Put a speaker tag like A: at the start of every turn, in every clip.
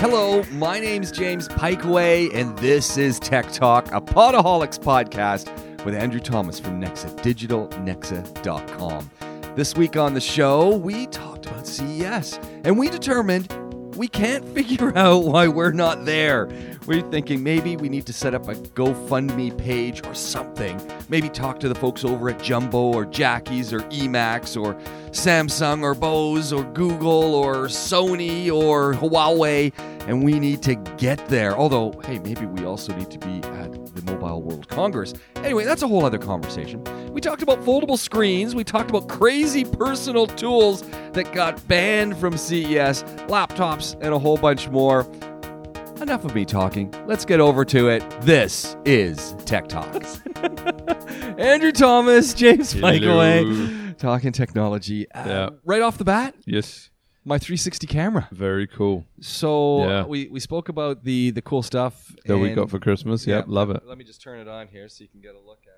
A: Hello, my name's James Pikeway, and this is Tech Talk, a Podaholics podcast with Andrew Thomas from Nexa Digital, Nexa.com. This week on the show, we talked about CES, and we determined we can't figure out why we're not there. We're thinking maybe we need to set up a GoFundMe page or something. Maybe talk to the folks over at Jumbo or Jackie's or Emacs or Samsung or Bose or Google or Sony or Huawei. And we need to get there. Although, hey, maybe we also need to be at the Mobile World Congress. Anyway, that's a whole other conversation. We talked about foldable screens. We talked about crazy personal tools that got banned from CES, laptops, and a whole bunch more. Enough of me talking. Let's get over to it. This is Tech Talks. Andrew Thomas, James
B: Hello.
A: Michaelway, talking technology. Uh,
B: Yeah.
A: Right off the bat,
B: Yes,
A: my 360 camera.
B: very cool
A: So
B: Yeah.
A: uh, we, we spoke about the the cool stuff
B: that we
A: and-
B: got for Christmas. Yep,
A: yeah,
B: love it.
A: Let me just turn it on here so you can get a look at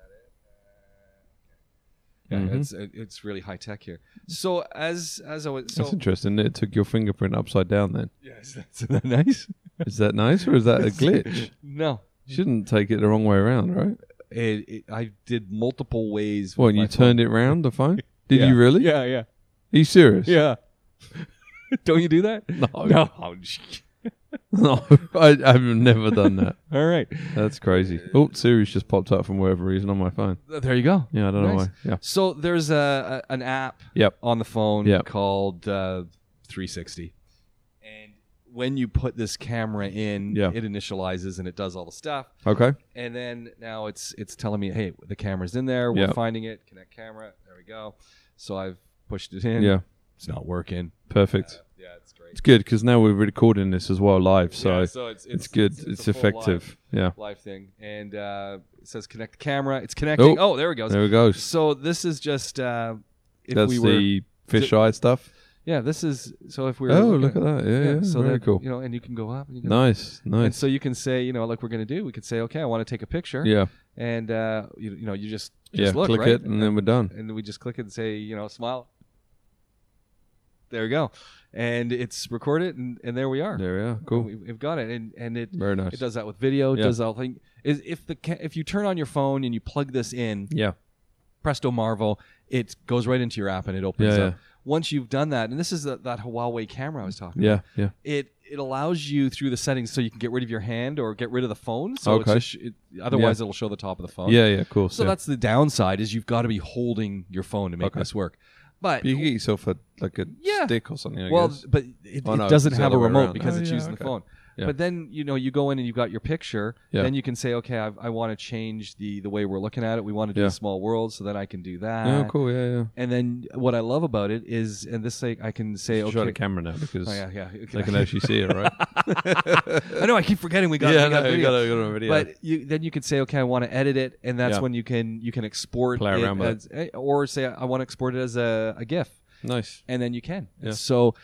A: it. Yeah,
B: Mhm.
A: it's it's really high tech here. So as as I was, so
B: That's interesting. It took your fingerprint upside down. Then
A: yeah, is that, is that nice?
B: is that nice or is that a glitch?
A: No,
B: Shouldn't take it the wrong way around, right?
A: it, it, I did multiple ways.
B: Well,
A: with my
B: you
A: phone.
B: turned it round the phone. Did
A: Yeah.
B: you really?
A: Yeah, yeah,
B: Are you serious?
A: yeah. Don't you do that?
B: No,
A: No.
B: no. I, I've never done that.
A: All right.
B: That's crazy. Oh, Siri's just popped up from whatever reason on my phone.
A: There you go.
B: Yeah, I don't know
A: Nice.
B: why. Yeah.
A: So there's a, a an app
B: Yep.
A: on the phone
B: Yep.
A: called uh, 360, and when you put this camera in,
B: Yeah.
A: it initializes and it does all the stuff.
B: Okay.
A: And then now it's it's telling me, hey, the camera's in there. We're
B: Yep.
A: finding it. Connect camera. There we go. So I've pushed it in.
B: Yeah.
A: it's not working.
B: Perfect.
A: Yeah, it's great.
B: It's good because now we're recording this as well live, so,
A: Yeah,
B: it's,
A: it's,
B: good. It's,
A: a full live-
B: effective. Yeah.
A: Live, thing, and uh, it says connect the camera. It's connecting. Oh, there we go.
B: There we go.
A: So this is just uh, if
B: That's
A: we were
B: the fisheye stuff.
A: Yeah, this is so if we were
B: Oh, look
A: looking
B: at that! Yeah, yeah,
A: so
B: very
A: that,
B: cool.
A: You know, and you can go up. And you can,
B: Nice,
A: And
B: nice.
A: so you can say, you know, like we're going to do, we could say, okay, I want to take a picture,
B: Yeah,
A: and uh, you, you know, you just
B: yeah.
A: just look
B: Click
A: right,
B: it, and then we're done.
A: and we just click it and say, you know, smile. There we go, and it's recorded, and, and there we are.
B: There we are. Cool.
A: We, we've got it, and and it
B: Very nice.
A: it does that with video, it
B: Yeah.
A: does that thing. Is if the ca- if you turn on your phone and you plug this in,
B: Yeah,
A: Presto Marvo, it goes right into your app and it opens
B: Yeah,
A: up.
B: yeah.
A: Once you've done that, and this is the, that Huawei camera I was talking
B: yeah, yeah.
A: it it allows you through the settings so you can get rid of your hand or get rid of the phone. So it's
B: Okay.
A: just, it, otherwise it'll show the top of the phone.
B: Yeah, yeah. Cool.
A: So
B: So yeah.
A: that's the downside is you've got to be holding your phone to make
B: Okay.
A: this work. But
B: But you can get yourself a like a
A: Yeah.
B: stick or something. I
A: well,
B: guess.
A: but it,
B: Oh,
A: it
B: no,
A: doesn't
B: it's the
A: have a
B: other way
A: remote
B: around.
A: because
B: Oh,
A: it's
B: yeah,
A: using the
B: okay.
A: phone.
B: Yeah.
A: But then you know you go in and you've got your picture.
B: Yeah.
A: Then you can say, okay, I, I want to change the the way we're looking at it. We want to do
B: Yeah.
A: a small world, so then I can do that.
B: yeah, Oh, cool. Yeah, yeah.
A: And then what I love about it is, and this like I can say,
B: Should
A: okay,
B: Try the camera now because
A: oh, yeah, yeah, okay.
B: they can actually see it, right?
A: I know I keep forgetting we got
B: yeah,
A: we got
B: no,
A: video.
B: you got a good video.
A: But you, then you could say, okay, I want to edit it, and that's
B: Yeah.
A: when you can you can export
B: Play
A: it
B: around with
A: as, eh, or say I want to export it as a, a GIF,
B: nice.
A: and then you can.
B: Yeah.
A: So,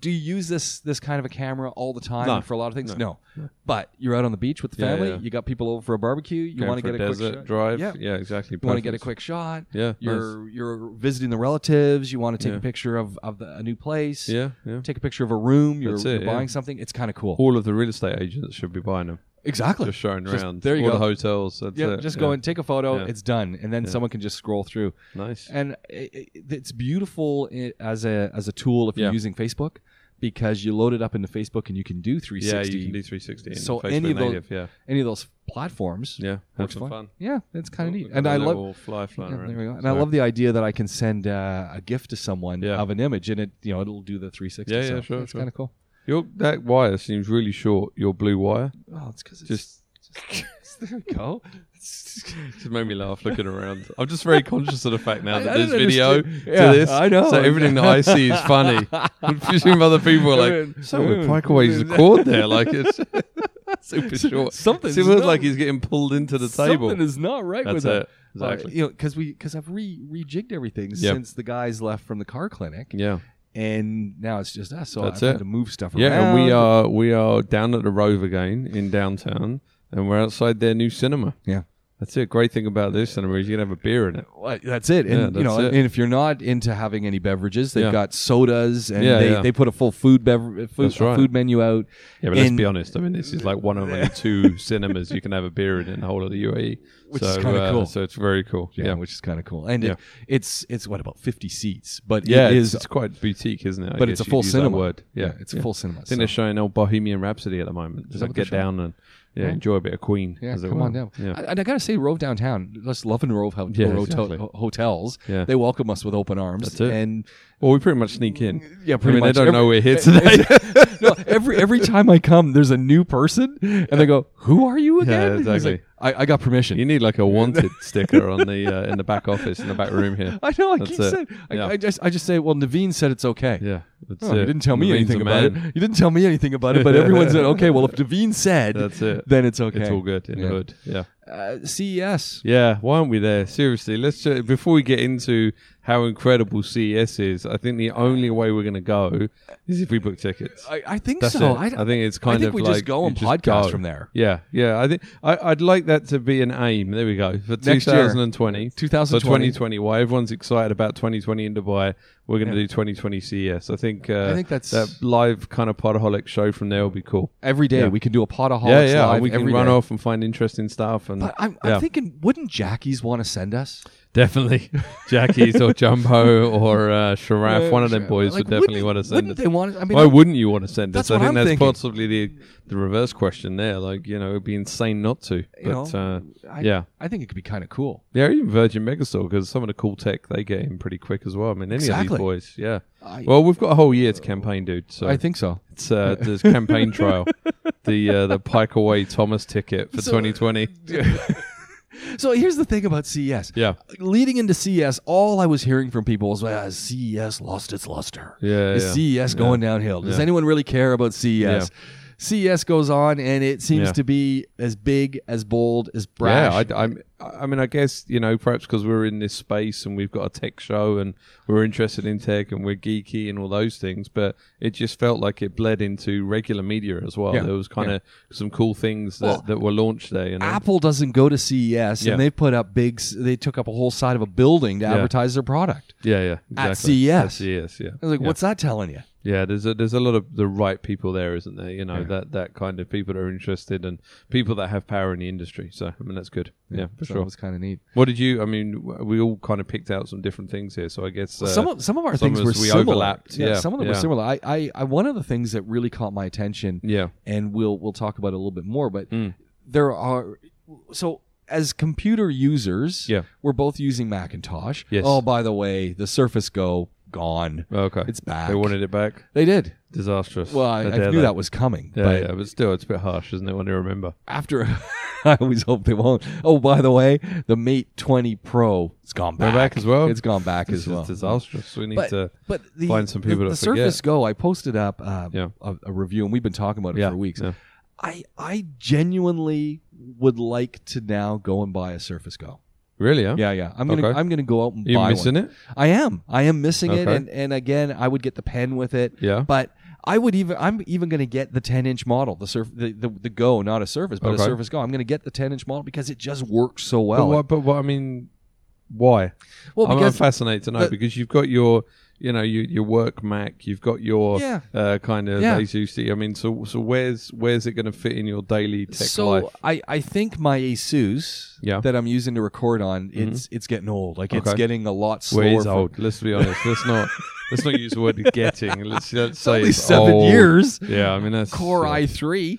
A: do you use this this kind of a camera all the time
B: No.
A: for a lot of things?
B: No.
A: No. But you're out on the beach with the
B: Yeah,
A: family.
B: yeah.
A: You got people over for a barbecue. You
B: Going
A: want to
B: for
A: get a
B: desert
A: quick shot.
B: drive?
A: Yeah.
B: yeah, exactly.
A: You want to get a
B: perfect.
A: quick shot.
B: Yeah, nice.
A: You're you're visiting the relatives. You want to take
B: Yeah.
A: a picture of of the, a new place.
B: Yeah, yeah.
A: Take a picture of a room. You're,
B: That's
A: you're
B: it, yeah.
A: buying something. It's kind of cool.
B: All of the real estate agents should be buying them.
A: Exactly.
B: Just showing
A: Just-
B: around.
A: there you
B: All
A: go.
B: the hotels. That's
A: yeah,
B: it.
A: just go and take a photo.
B: Yeah.
A: It's done, and then someone can just scroll through.
B: Nice.
A: And it, it, it's beautiful i- as a as a tool if you're
B: Yeah.
A: using Facebook because you load it up into Facebook and you can do
B: Yeah,
A: 360.
B: you can do 360. and
A: So
B: Facebook
A: any of those-
B: native, yeah,
A: Any of those platforms.
B: yeah. Have
A: Works
B: some fun.
A: Yeah, that's kind of
B: Oh,
A: neat.
B: we've got
A: And
B: a
A: I love.
B: little fly flying
A: yeah,
B: around.
A: there we go. And I
B: Sorry.
A: love the idea that I can send uh, a gift to someone
B: Yeah.
A: of an image, and it you know it'll do the 360.
B: Yeah, yeah,
A: so
B: sure,
A: It's
B: sure.
A: kind of cool.
B: Your that wire seems really short. Your blue wire
A: Oh, it's because it's
B: Just-
A: just- there we go. It's-
B: just made me laugh looking around. I'm just very conscious of the fact now
A: I-
B: that
A: I
B: there's
A: don't
B: video
A: understand.
B: to
A: Yeah,
B: this.
A: I know.
B: So everything that I see is funny. I presume other people are
A: Everyone-
B: like, so with
A: everyone-
B: Pikeaway's the cord there, like it's super short.
A: Something
B: It looks like he's getting pulled into the table.
A: Something is not right with
B: That's
A: that.
B: it. Exactly.
A: you know, because we because I've re rejigged everything
B: Yep.
A: since the guys left from the car clinic,
B: Yeah.
A: and now it's just us. So
B: That's
A: I've
B: it.
A: had to move stuff around.
B: Yeah, and we uh, are we are down at the Rove again in downtown, and we're outside their new cinema.
A: Yeah.
B: That's the great thing about this cinema is you can have a beer in it.
A: Well, that's it. And
B: Yeah,
A: you know,
B: that's it.
A: and if you're not into having any beverages, they've
B: Yeah.
A: got sodas and
B: Yeah,
A: they,
B: yeah.
A: they put a full food bever- food,
B: That's right.
A: food menu out.
B: Yeah, but let's
A: And-
B: be honest. I mean, this is like one of only two cinemas you can have a beer in in the whole of the UAE,
A: Which
B: so,
A: is kinda
B: uh,
A: cool.
B: So it's very cool.
A: Yeah,
B: Yeah,
A: which is kind of cool. And
B: Yeah.
A: it, it's it's what about 50 seats, but
B: yeah,
A: it
B: it's,
A: is
B: it's quite boutique, isn't it? I
A: but it's
B: guess
A: a
B: you'd
A: full
B: use that
A: cinema.
B: Word. Yeah,
A: it's a
B: yeah.
A: full cinema.
B: I think they're showing old Bohemian Rhapsody at the moment. Just
A: that
B: like
A: what they're
B: get down and yeah,
A: Yeah.
B: enjoy a bit of Queen.
A: Yeah,
B: as it
A: come on
B: were.
A: down.
B: Yeah.
A: I- And I gotta say, Rove Downtown, us loving Rove ho-
B: Yeah,
A: Rove
B: exactly.
A: ho- hotels.
B: Yeah.
A: They welcome us with open arms.
B: That's it.
A: And
B: Well, we pretty much sneak in.
A: Yeah, pretty
B: I mean,
A: much.
B: They don't
A: Every-
B: know we're here today.
A: no, every every time I come, there's a new person, and they go, "Who are you again?"
B: Yeah,
A: It's like,
B: exactly.
A: I, I got permission.
B: you need like a wanted sticker on the uh, in the back office in the back room here.
A: I know. I
B: That's
A: keep
B: it.
A: saying. I,
B: Yeah.
A: I just I just say, "Well, Naveen said it's okay."
B: Yeah, that's
A: Oh,
B: it.
A: you didn't tell me
B: Naveen's
A: anything
B: a
A: about
B: man.
A: it. You didn't tell me anything about it, but everyone said, okay, well, if Devine said,
B: That's it.
A: then it's okay.
B: It's all good in
A: Yeah.
B: the hood. Yeah.
A: Uh, CES.
B: Yeah, why aren't we there? Seriously, let's ju- before we get into how incredible CES is, I think the only way we're going to go is if we book tickets.
A: I, I think
B: That's
A: so.
B: it.
A: I,
B: I, think it's kind
A: I think
B: of
A: we
B: like
A: just go and
B: you just
A: podcast
B: go.
A: from there.
B: Yeah, yeah. I think I, I'd like that to be an aim. There we go for
A: Next year.
B: 2020,
A: 2020.
B: for 2020. Why everyone's excited about 2020 in Dubai, we're going to
A: Yeah.
B: do 2020 CES. I think uh,
A: I think that's-
B: that live kind of podaholic show from there will be cool.
A: Every day
B: Yeah.
A: we can do a potaholics
B: Yeah, yeah.
A: live
B: we can
A: every
B: run
A: day.
B: off and find interesting stuff and
A: But I'm,
B: yeah.
A: I'm thinking, wouldn't Jackies want to send us?
B: Definitely, Jackie's or Jumbo or uh, Sharaf. one of them boys
A: Like,
B: would definitely
A: wouldn't-
B: want to send
A: Wouldn't
B: us.
A: they want? I mean,
B: Why
A: I'm-
B: wouldn't you want to send
A: That's
B: us? I
A: what
B: think
A: I'm
B: that's
A: thinking.
B: possibly the the reverse question there. Like you know, it'd be insane not to.
A: You
B: But
A: know,
B: uh,
A: I,
B: yeah,
A: I think it could be kind of cool.
B: yeah, even Virgin Megastore because some of the cool tech they get in pretty quick as well. I mean, any of
A: Exactly.
B: these boys, yeah.
A: I,
B: Well, we've got a whole year to campaign, dude. So
A: I think so.
B: it's uh, this campaign trial, the uh, the Pike Away Thomas ticket for
A: So-
B: 2020.
A: So here's the thing about CES.
B: Yeah.
A: Leading into CES, all I was hearing from people was, "Ah, CES lost its luster.
B: Yeah,
A: Is
B: yeah.
A: CES going downhill? Does anyone really care about E CES?
B: Yeah.
A: CES E goes on, and it seems
B: Yeah.
A: to be as big, as bold, as brash.
B: Yeah, I, I'm. I mean, I guess you know, perhaps because we're in this space and we've got a tech show and we're interested in tech and we're geeky and all those things. But it just felt like it bled into regular media as well.
A: Yeah,
B: There was kind of some cool things that,
A: Well,
B: that were launched there. You know?
A: Apple doesn't go to CES,
B: Yeah.
A: and they put up big. s- They took up a whole side of a building to
B: Yeah.
A: advertise their product.
B: yeah, yeah,
A: at
B: exactly.
A: CES.
B: At CES, yeah.
A: I was like,
B: yeah.
A: "What's that telling you?"
B: Yeah, there's a, there's a lot of the right people there, isn't there? You know that that kind of people that are interested and people that have power in the industry. So I mean, that's good. Yeah, for
A: so
B: sure.
A: It was kind of neat.
B: What did you? I mean, w- we all kind of picked out some different things here. So I guess uh,
A: some of some of our
B: some
A: things
B: of
A: were
B: us we
A: similar.
B: overlapped, yeah,
A: some of them were
B: yeah.
A: similar. I, I, I one of the things that really caught my attention,
B: yeah.
A: and we'll we'll talk about it a little bit more. But
B: Mm.
A: there are so as computer users,
B: Yeah.
A: we're both using Macintosh.
B: Yes.
A: Oh, by the way, the Surface Go gone.
B: Oh, Okay.
A: It's back.
B: They wanted it back.
A: They did.
B: Disastrous.
A: Well, I,
B: How
A: I
B: dare
A: knew
B: they.
A: that was coming,
B: Yeah,
A: but
B: yeah, but still, it's a bit harsh, isn't it? When you remember.
A: after. I always hope they won't. Oh, by the way, the Mate 20 Pro, it's gone
B: They're
A: back.
B: back as well?
A: It's gone back
B: It's
A: as well.
B: disastrous. We need
A: but,
B: to.
A: but the,
B: find some people
A: the,
B: that
A: the Surface
B: forget.
A: Go, I posted up uh,
B: Yeah.
A: a, a review, and we've been talking about it
B: Yeah,
A: for weeks.
B: yeah.
A: I I genuinely would like to now go and buy a Surface Go.
B: Really? Huh?
A: Yeah, yeah. I'm gonna
B: Okay.
A: I'm gonna go out and
B: You
A: buy
B: missing
A: one.
B: it?
A: I am. I am missing it,
B: Okay.
A: and and again, I would get the pen with it.
B: Yeah.
A: But I would even I'm even gonna get the 10 inch model, the surf the, the, the Go, not a Surface, but
B: Okay.
A: a Surface Go. I'm gonna get the 10 inch model because it just works so well.
B: but why? But what? I mean, why?
A: well,
B: I'm, I'm
A: because
B: fascinated to know
A: the-
B: because you've got your, you know, your, your work Mac, you've got your
A: Yeah.
B: uh, kind of
A: Yeah.
B: Asus. I mean, so so where's where's it going to fit in your daily tech
A: so
B: life?
A: I, I think my Asus
B: Yeah. Mm-hmm.
A: that I'm using to record on it's it's getting old. Like it's
B: Okay.
A: getting a lot slower.
B: Well, he's
A: for-
B: old. Let's be honest. Let's not let's not use the word getting. Let's, let's say
A: only
B: it's
A: seven
B: old.
A: years.
B: Yeah, I mean that's
A: Core
B: yeah,
A: i3.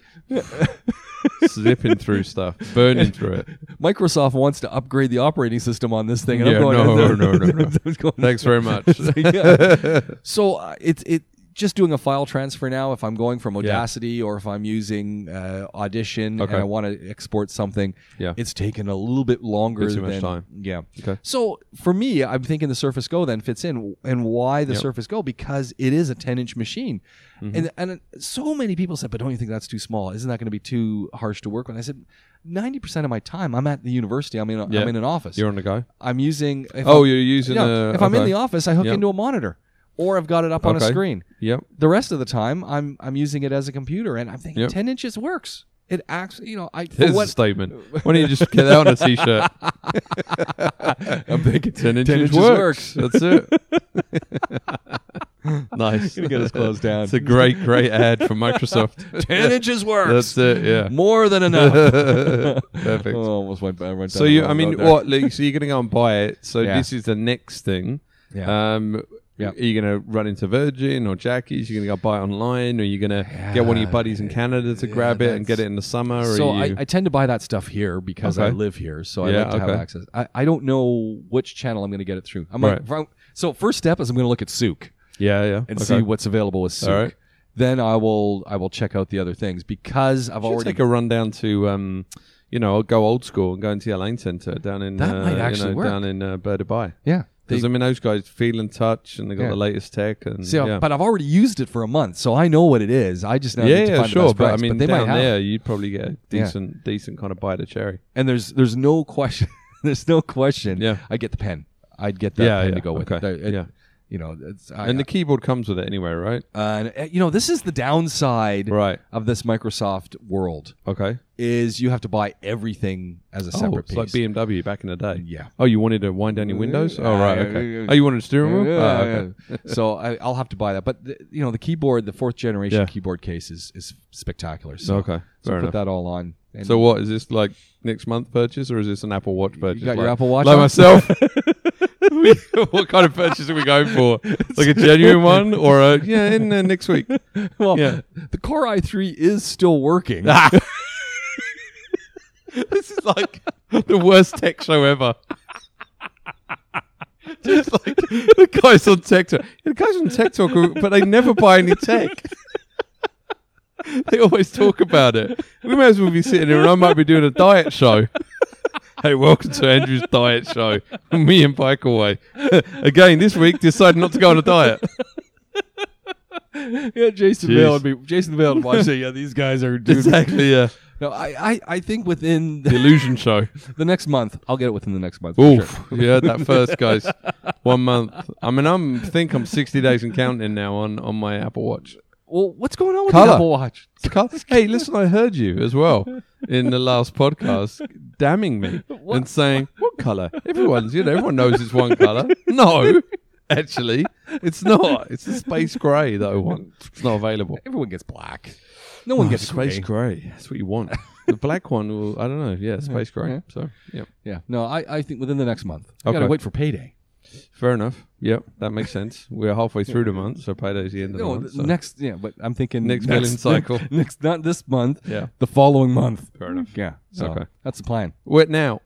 B: zipping through stuff, burning through it.
A: Microsoft wants to upgrade the operating system on this thing, and
B: Yeah,
A: I'm going.
B: no, no, no, no.
A: I'm going-
B: Thanks very much.
A: Yeah. So uh, it's it just doing a file transfer now. If I'm going from
B: Yeah.
A: Audacity or if I'm using uh, Audition
B: Okay.
A: and I want to export something,
B: Yeah.
A: it's taken a little bit longer
B: Bit too much
A: than
B: time.
A: yeah.
B: Okay.
A: So for me, I'm thinking the Surface Go then fits in, and why the
B: Yep.
A: Surface Go because it is a 10 inch machine,
B: Mm-hmm.
A: and and so many people said, but don't you think that's too small? Isn't that going to be too harsh to work with? I said. 90% of my time I'm at the university. I'm in a,
B: Yeah.
A: am in an office.
B: You're on the go.
A: I'm using if
B: Oh,
A: I'm-
B: you're using.
A: yeah.
B: a,
A: if I'm in
B: okay.
A: the office, I hook
B: Yep.
A: into a monitor, or I've got it up on a
B: Okay.
A: screen.
B: Yep.
A: The rest of the time, I'm I'm using it as a computer, and I'm thinking
B: Yep.
A: ten inches works. It actually, you know, I for
B: Here's a
A: what-
B: statement. Why don't you just get that on a t-shirt? I'm thinking 10 inches,
A: inches
B: works. That's it. nice.
A: Gonna get us closed down.
B: It's a great, great ad from Microsoft.
A: ten inches works.
B: That's it. Yeah.
A: More than enough.
B: Perfect.
A: Oh, almost went bad. Went
B: So
A: down
B: you,
A: the
B: I mean,
A: road there.
B: what? Like, so you're going to go and buy it. So
A: Yeah.
B: this is the next thing.
A: Yeah.
B: Um,
A: Yeah.
B: Are you going to run into Virgin or Jackie's? You're going to go buy it online, or you are going to get one of your buddies in Canada to grab it and
A: that's-
B: get it in the summer? Or
A: so
B: you,
A: I, I tend to buy that stuff here because I
B: Okay.
A: live here, so I
B: Yeah,
A: like to have
B: okay.
A: access. I, I don't know which channel I'm going to get it through. I'm gonna-
B: Right.
A: if I- so first step is I'm going to look at Souk
B: yeah, yeah,
A: and
B: okay.
A: see what's available with Souk.
B: All right.
A: Then I will I will check out the other things because I've
B: Should
A: already
B: take a run down to, um, you know, I'll go old school and go into your lane centre down in
A: That
B: uh,
A: might
B: you
A: actually
B: know,
A: work.
B: down in uh, Bird Dubai.
A: yeah. They-
B: Because I mean, those guys feel and touch, and they got
A: Yeah.
B: the latest tech, and
A: so-
B: yeah,
A: but I've already used it for a month, so I know what it is. I just now
B: yeah,
A: need to
B: yeah,
A: find the
B: sure.
A: best price.
B: But I mean,
A: they
B: down
A: might have it.
B: there, you'd probably get a decent, decent kind of bite of cherry.
A: and there's there's no question there's no question
B: Yeah.
A: i get the pen i'd get that
B: Yeah,
A: pen
B: yeah,
A: to go with
B: okay,
A: It- it-
B: yeah.
A: you know it's I,
B: And the keyboard comes with it anyway, right?
A: uh, and, uh, you know this is the downside
B: Right.
A: of this microsoft world
B: Okay.
A: is you have to buy everything as a
B: oh,
A: separate
B: it's
A: piece
B: like BMW back in the day.
A: Yeah.
B: Oh, you wanted to wind down your windows? Oh, right.
A: Yeah,
B: Okay.
A: yeah,
B: Oh, you wanted a steering
A: Yeah,
B: wheel?
A: yeah,
B: Oh, okay.
A: yeah. Uh, so I, I'll have to buy that, but the, you know the keyboard, the fourth generation
B: Yeah.
A: keyboard case is is spectacular. So,
B: Okay,
A: so
B: fair
A: put
B: enough.
A: that all on. And
B: So what is this like next month purchase or is this an Apple Watch purchase?
A: got your
B: like,
A: Apple Watch
B: like
A: on?
B: myself. We- what kind of purchase are we going for? Like a genuine one or a yeah in uh, next week?
A: well,
B: yeah. Ah.
A: the Core i3 is still working.
B: This is like the worst tech show ever. Just like the guys on Tech Talk. The guys on Tech Talk, are- but they never buy any tech. They always talk about it. We may as well be sitting here and I might be doing a diet show. Hey, welcome to Andrew's diet show. Me and Bike Away. Again, this week, decided not to go on a diet.
A: yeah, Jason
B: Jeez.
A: Vale would be Jason Vale would watch it. Yeah, these guys are doing
B: Exactly, yeah.
A: No, I, I, I think within
B: The
A: the,
B: illusion show.
A: the next month, I'll get it within the next month. for
B: Oof.
A: sure.
B: You heard that first, guys. One month. I mean, I'm think I'm 60 days and counting now on, on my Apple Watch.
A: Well, what's going on with the
B: Colour.
A: Apple Watch?
B: Hey, listen, I heard you as well in the last podcast damning me and saying, what color? Everyone's, you know, everyone knows it's one color. No, actually, it's not. It's the space gray that I want. It's not available.
A: Everyone gets black. No
B: Oh,
A: one gets gray.
B: space gray. That's what you want. The black one will, I don't know. Yeah, space gray.
A: Yeah.
B: So, yeah.
A: Yeah. No, I, I think within the next month. I gotta
B: Okay.
A: wait for payday.
B: Fair enough. Yep, that makes sense. We're halfway through the month, so payday's the end of the
A: No,
B: month.
A: th-
B: so-
A: next. Yeah, but I'm thinking
B: Next billing cycle.
A: Next, not this month.
B: Yeah.
A: The following month.
B: Fair enough.
A: Yeah. So
B: Okay.
A: That's the plan.
B: Wait now,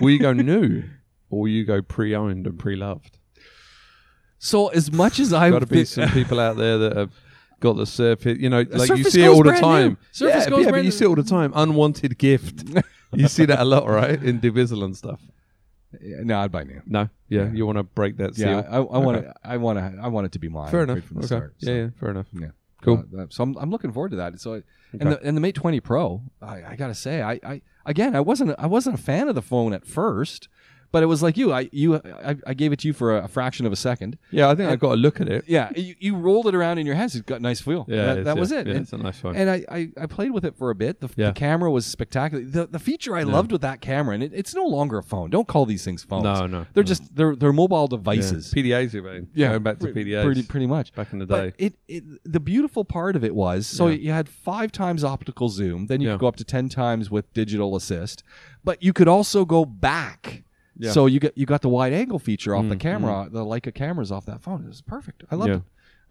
B: will you go new or will you go pre-owned and pre-loved?
A: So as much as eh, I
B: Got to be
A: thi-
B: some people out there that have got the surface. You know, like you
A: Surface
B: see it
A: goes
B: all the
A: brand new.
B: time.
A: Surface
B: yeah,
A: goes
B: yeah, but
A: brand new.
B: you see it all the time. Unwanted gift. you see that a lot, right? In Divisal and stuff.
A: Yeah, eh, No, I'd buy new.
B: No, yeah, you want to break that seal.
A: Yeah, I, I want to. I want to. I want it to be mine.
B: Fair
A: right
B: enough.
A: From the
B: okay.
A: start, so.
B: yeah, yeah, fair enough.
A: Yeah.
B: Cool.
A: Uh, so I'm, I'm looking forward to that. So and
B: Okay.
A: the and the Mate 20 Pro, I, I gotta say, I, I again I wasn't I wasn't a fan of the phone at first, but it was like you, I you I, I gave it to you for a, fraction of a second.
B: Yeah, I think I've got to look at it.
A: Yeah, you, you rolled it around in your hands. It got nice feel.
B: Yeah,
A: that,
B: it's-
A: that was
B: yeah,
A: it.
B: Yeah,
A: and
B: it's a nice one.
A: and I, I, I played with it for a bit. The,
B: Yeah.
A: the camera was spectacular. The, the feature I loved with that camera, and it, it's no longer a phone. Don't call these things phones.
B: No, no,
A: they're
B: no.
A: just they're they're mobile devices.
B: PDAs, you mean? going back to
A: pre-
B: PDAs.
A: Pretty pretty much.
B: back in the day.
A: But it, it the beautiful part of it was so
B: Yeah.
A: you had five times optical zoom, then you
B: Yeah.
A: could go up to ten times with digital assist, but you could also go back.
B: Yeah. Mm,
A: So you got you got the wide angle feature off the camera, the Leica cameras off that phone. It was perfect. I loved it.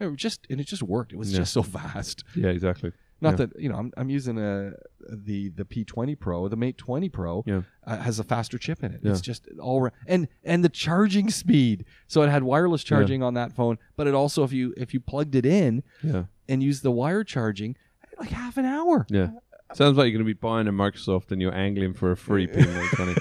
A: It just and it just worked. It was just so fast.
B: yeah, exactly.
A: Not
B: Yeah.
A: that you know, I'm, I'm using a the the P20 Pro, the Mate 20 Pro
B: Yeah.
A: uh, has a faster chip in it.
B: Yeah.
A: It's just all ra- and and the charging speed. So it had wireless charging on that phone, but it also if you if you plugged it in
B: Yeah.
A: and used the wire charging, like half an hour.
B: Uh, Yeah. Sounds like you're going to be buying a Microsoft and you're angling for a free P120.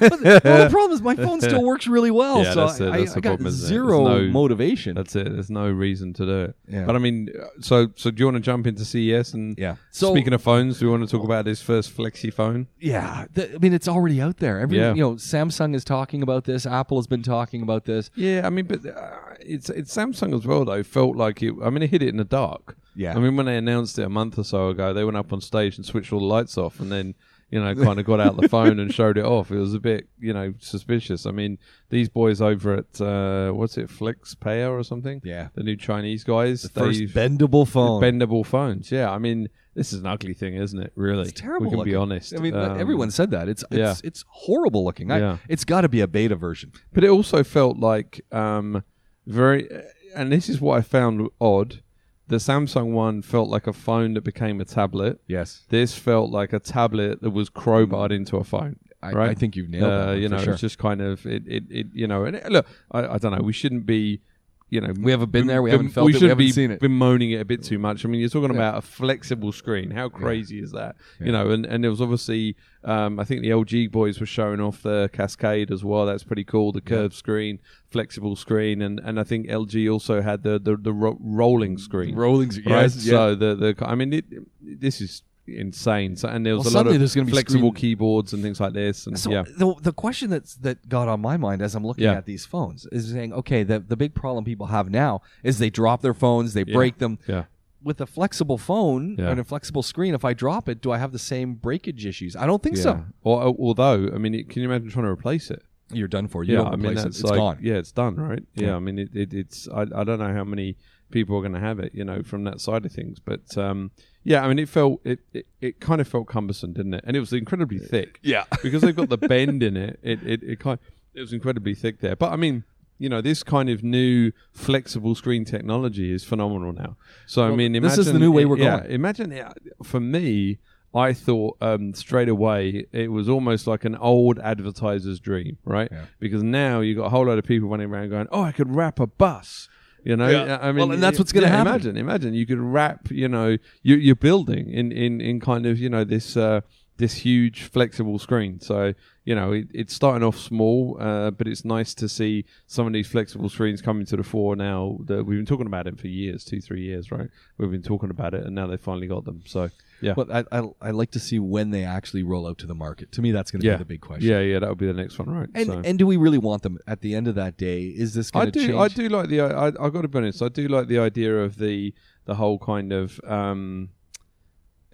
A: But the, well, the problem is my phone still works really well,
B: Yeah,
A: so
B: that's it.
A: I,
B: That's
A: I
B: the
A: got
B: problem, isn't it?
A: zero
B: There's no-
A: motivation.
B: That's it. There's no reason to do it.
A: Yeah.
B: But I mean, uh, so so do you want to jump into CES and Oh.
A: Yeah. So-
B: speaking of phones, do we want to talk about this first flexi phone?
A: yeah, th- I mean it's already out there. Every
B: Yeah.
A: you know, Samsung is talking about this. Apple has been talking about this.
B: Yeah, I mean, but uh, it's it's Samsung as well though. Felt like it. I mean, it hit it in the dark.
A: Yeah.
B: I mean, when they announced it a month or so ago, they went up on stage and switched all the lights off, and then you know kind of got out the phone and showed it off. It was a bit you know suspicious. I mean, these boys over at uh, what's it, FlexPayer or something?
A: Yeah.
B: the new Chinese guys.
A: First
B: they've-
A: bendable phone.
B: bendable phones. Yeah, I mean, this is an ugly thing, isn't it? Really,
A: It's terrible.
B: We can be
A: looking.
B: honest.
A: I mean,
B: Um,
A: everyone said that. It's it's
B: yeah.
A: it's horrible looking. I,
B: Yeah.
A: It's got to be a beta version.
B: but it also felt like um, very, and this is what I found odd. The Samsung one felt like a phone that became a tablet.
A: Yes,
B: This felt like a tablet that was crowbarred into a phone.
A: I,
B: right?
A: I think you've nailed that.
B: uh,
A: one
B: you
A: for
B: know,
A: sure.
B: it's just kind of it, it, it you know. And it, look, I, I don't know. We shouldn't be, you know,
A: We haven't been there, we haven't felt it, we
B: shouldn't
A: haven't
B: be
A: seen it.
B: bemoaning it a bit too much. I mean, you're talking about a flexible screen. How crazy is that? You know, and and there was obviously, um, I think the LG boys were showing off the Cascade as well. That's pretty cool. The curved screen, flexible screen, and and I think LG also had the the, the ro- rolling screen.
A: Rolling.
B: Right,
A: Yes. yeah.
B: so the the I mean it, this is insane. So, and there was
A: Well,
B: a lot
A: suddenly
B: of
A: there's gonna be
B: flexible
A: screen-
B: keyboards and things like this. And
A: So
B: yeah,
A: the the question that's that got on my mind as I'm looking
B: Yeah.
A: at these phones is saying, okay, the the big problem people have now is they drop their phones, they break them.
B: Yeah.
A: With a flexible phone
B: Yeah.
A: and a flexible screen, if I drop it, do I have the same breakage issues? I don't think
B: Yeah.
A: so.
B: Or, or- although, I mean, it, can you imagine trying to replace it?
A: You're done for. You don't
B: I mean,
A: replace it.
B: that's
A: It's
B: like,
A: gone.
B: yeah, it's done, right? Yeah,
A: Yeah.
B: I mean, it, it, it's, I, I don't know how many people are going to have it, you know, from that side of things. But, um, yeah, I mean, it felt, it, it, it kind of felt cumbersome, didn't it? And it was incredibly thick.
A: Yeah.
B: because they've got the bend in it, it, it, it kind it was incredibly thick there. But I mean, you know, this kind of new flexible screen technology is phenomenal now. So I
A: Well,
B: mean,
A: this
B: imagine,
A: is the new way we're
B: yeah,
A: going.
B: Imagine it, for me, I thought um, straight away it was almost like an old advertiser's dream, right?
A: Yeah.
B: Because now you've got a whole lot of people running around going, "Oh, I could wrap a bus." You know,
A: Yeah.
B: I I mean,
A: Well, and that's
B: it-
A: what's gonna
B: yeah,
A: happen.
B: Imagine, imagine you could wrap, you know, your, your building in, in, in kind of, you know, this uh, this huge flexible screen. So, you know, it, it's starting off small, uh, but it's nice to see some of these flexible screens coming to the fore now that we've been talking about it for years, two, three years, right? We've been talking about it and now they finally got them. So, yeah.
A: But I, I I like to see when they actually roll out to the market. To me, that's going to
B: yeah.
A: be the big question.
B: Yeah, yeah, that'll be the next one, right?
A: And
B: So-
A: and do we really want them at the end of that day? Is this going
B: I
A: to
B: do.
A: change?
B: I do like the. I, I got to be honest. I do like the idea of the the whole kind of. Um,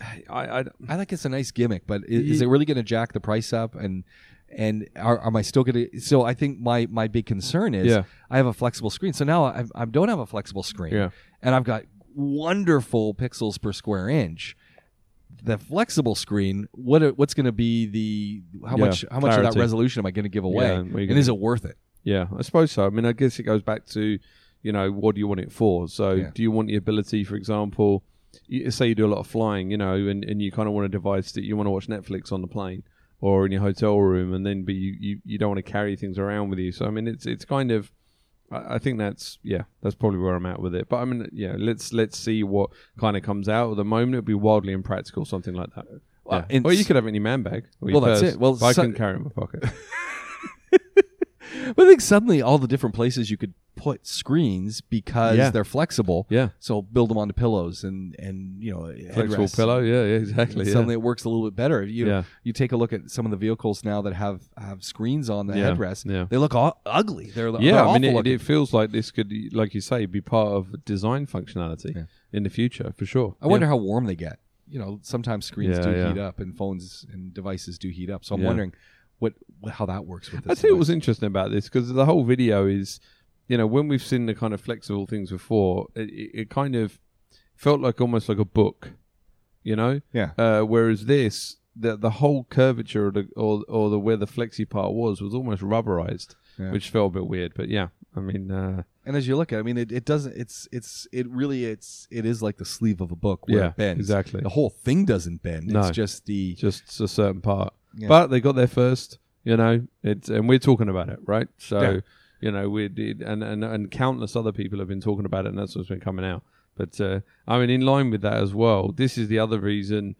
B: I, I
A: I think it's a nice gimmick, but is, is
B: Ye-
A: it really going to jack the price up? And and are, am I still going to? So I think my my big concern is
B: Yeah.
A: I have a flexible screen. So now I, I don't have a flexible screen,
B: Yeah.
A: and I've got wonderful pixels per square inch. The flexible screen, what are- what's going to be the how
B: Yeah,
A: much how much of that
B: clarity.
A: resolution am I going to give away?
B: Yeah, and
A: and
B: what are you gonna-
A: is it worth it?
B: yeah, I suppose so. I mean, I guess it goes back to, you know, what do you want it for? So,
A: Yeah.
B: do you want the ability, for example, you, say you do a lot of flying, you know, and, and you kind of want a device that you want to watch Netflix on the plane or in your hotel room, and then but you, you, you don't want to carry things around with you. So, I mean, it's it's kind of. I I think that's yeah, that's probably where I'm at with it. But I mean, yeah, let's let's see what kind of comes out. At the moment, it'd be wildly impractical, something like that.
A: Well,
B: yeah.
A: in-
B: Or you could have it in your man bag. or your
A: Well, that's
B: purse.
A: it. Well,
B: But I
A: so-
B: can carry it in my pocket.
A: But I think suddenly all the different places you could put screens because
B: Yeah.
A: they're flexible.
B: yeah,
A: So build them onto pillows and and you know
B: flexible
A: headrests.
B: pillow. Yeah, yeah, exactly. yeah.
A: Suddenly it works a little bit better. You
B: Yeah.
A: you take a look at some of the vehicles now that have have screens on the
B: Yeah,
A: headrest.
B: yeah.
A: They look all, ugly. They're they're
B: yeah, I
A: awful
B: mean, it,
A: looking.
B: it feels like this could, like you say, be part of design functionality
A: Yeah.
B: in the future for sure.
A: I wonder how warm they get. You know, sometimes screens
B: Yeah,
A: do
B: yeah.
A: heat up and phones and devices do heat up. So I'm
B: Yeah.
A: wondering what how that works with
B: I
A: this.
B: think it
A: device.
B: was interesting about this because the whole video is, you know, when we've seen the kind of flexible things before, it, it, it kind of felt like almost like a book, you know.
A: yeah.
B: Uh, whereas this, the the whole curvature of the, or or the where the flexi part was was almost rubberized,
A: Yeah.
B: which felt a bit weird. But yeah, I mean, uh,
A: And as you look at, it, I mean, it, it doesn't. It's it's it really it's it is like the sleeve of a book where
B: yeah,
A: it bends.
B: exactly.
A: The whole thing doesn't bend.
B: No.
A: It's just the
B: just a certain part.
A: Yeah.
B: But they got there first, you know. It's and we're talking about it, right? So
A: Yeah.
B: you know, we did, and, and and countless other people have been talking about it, and that's what's been coming out. But uh, I mean, in line with that as well, this is the other reason,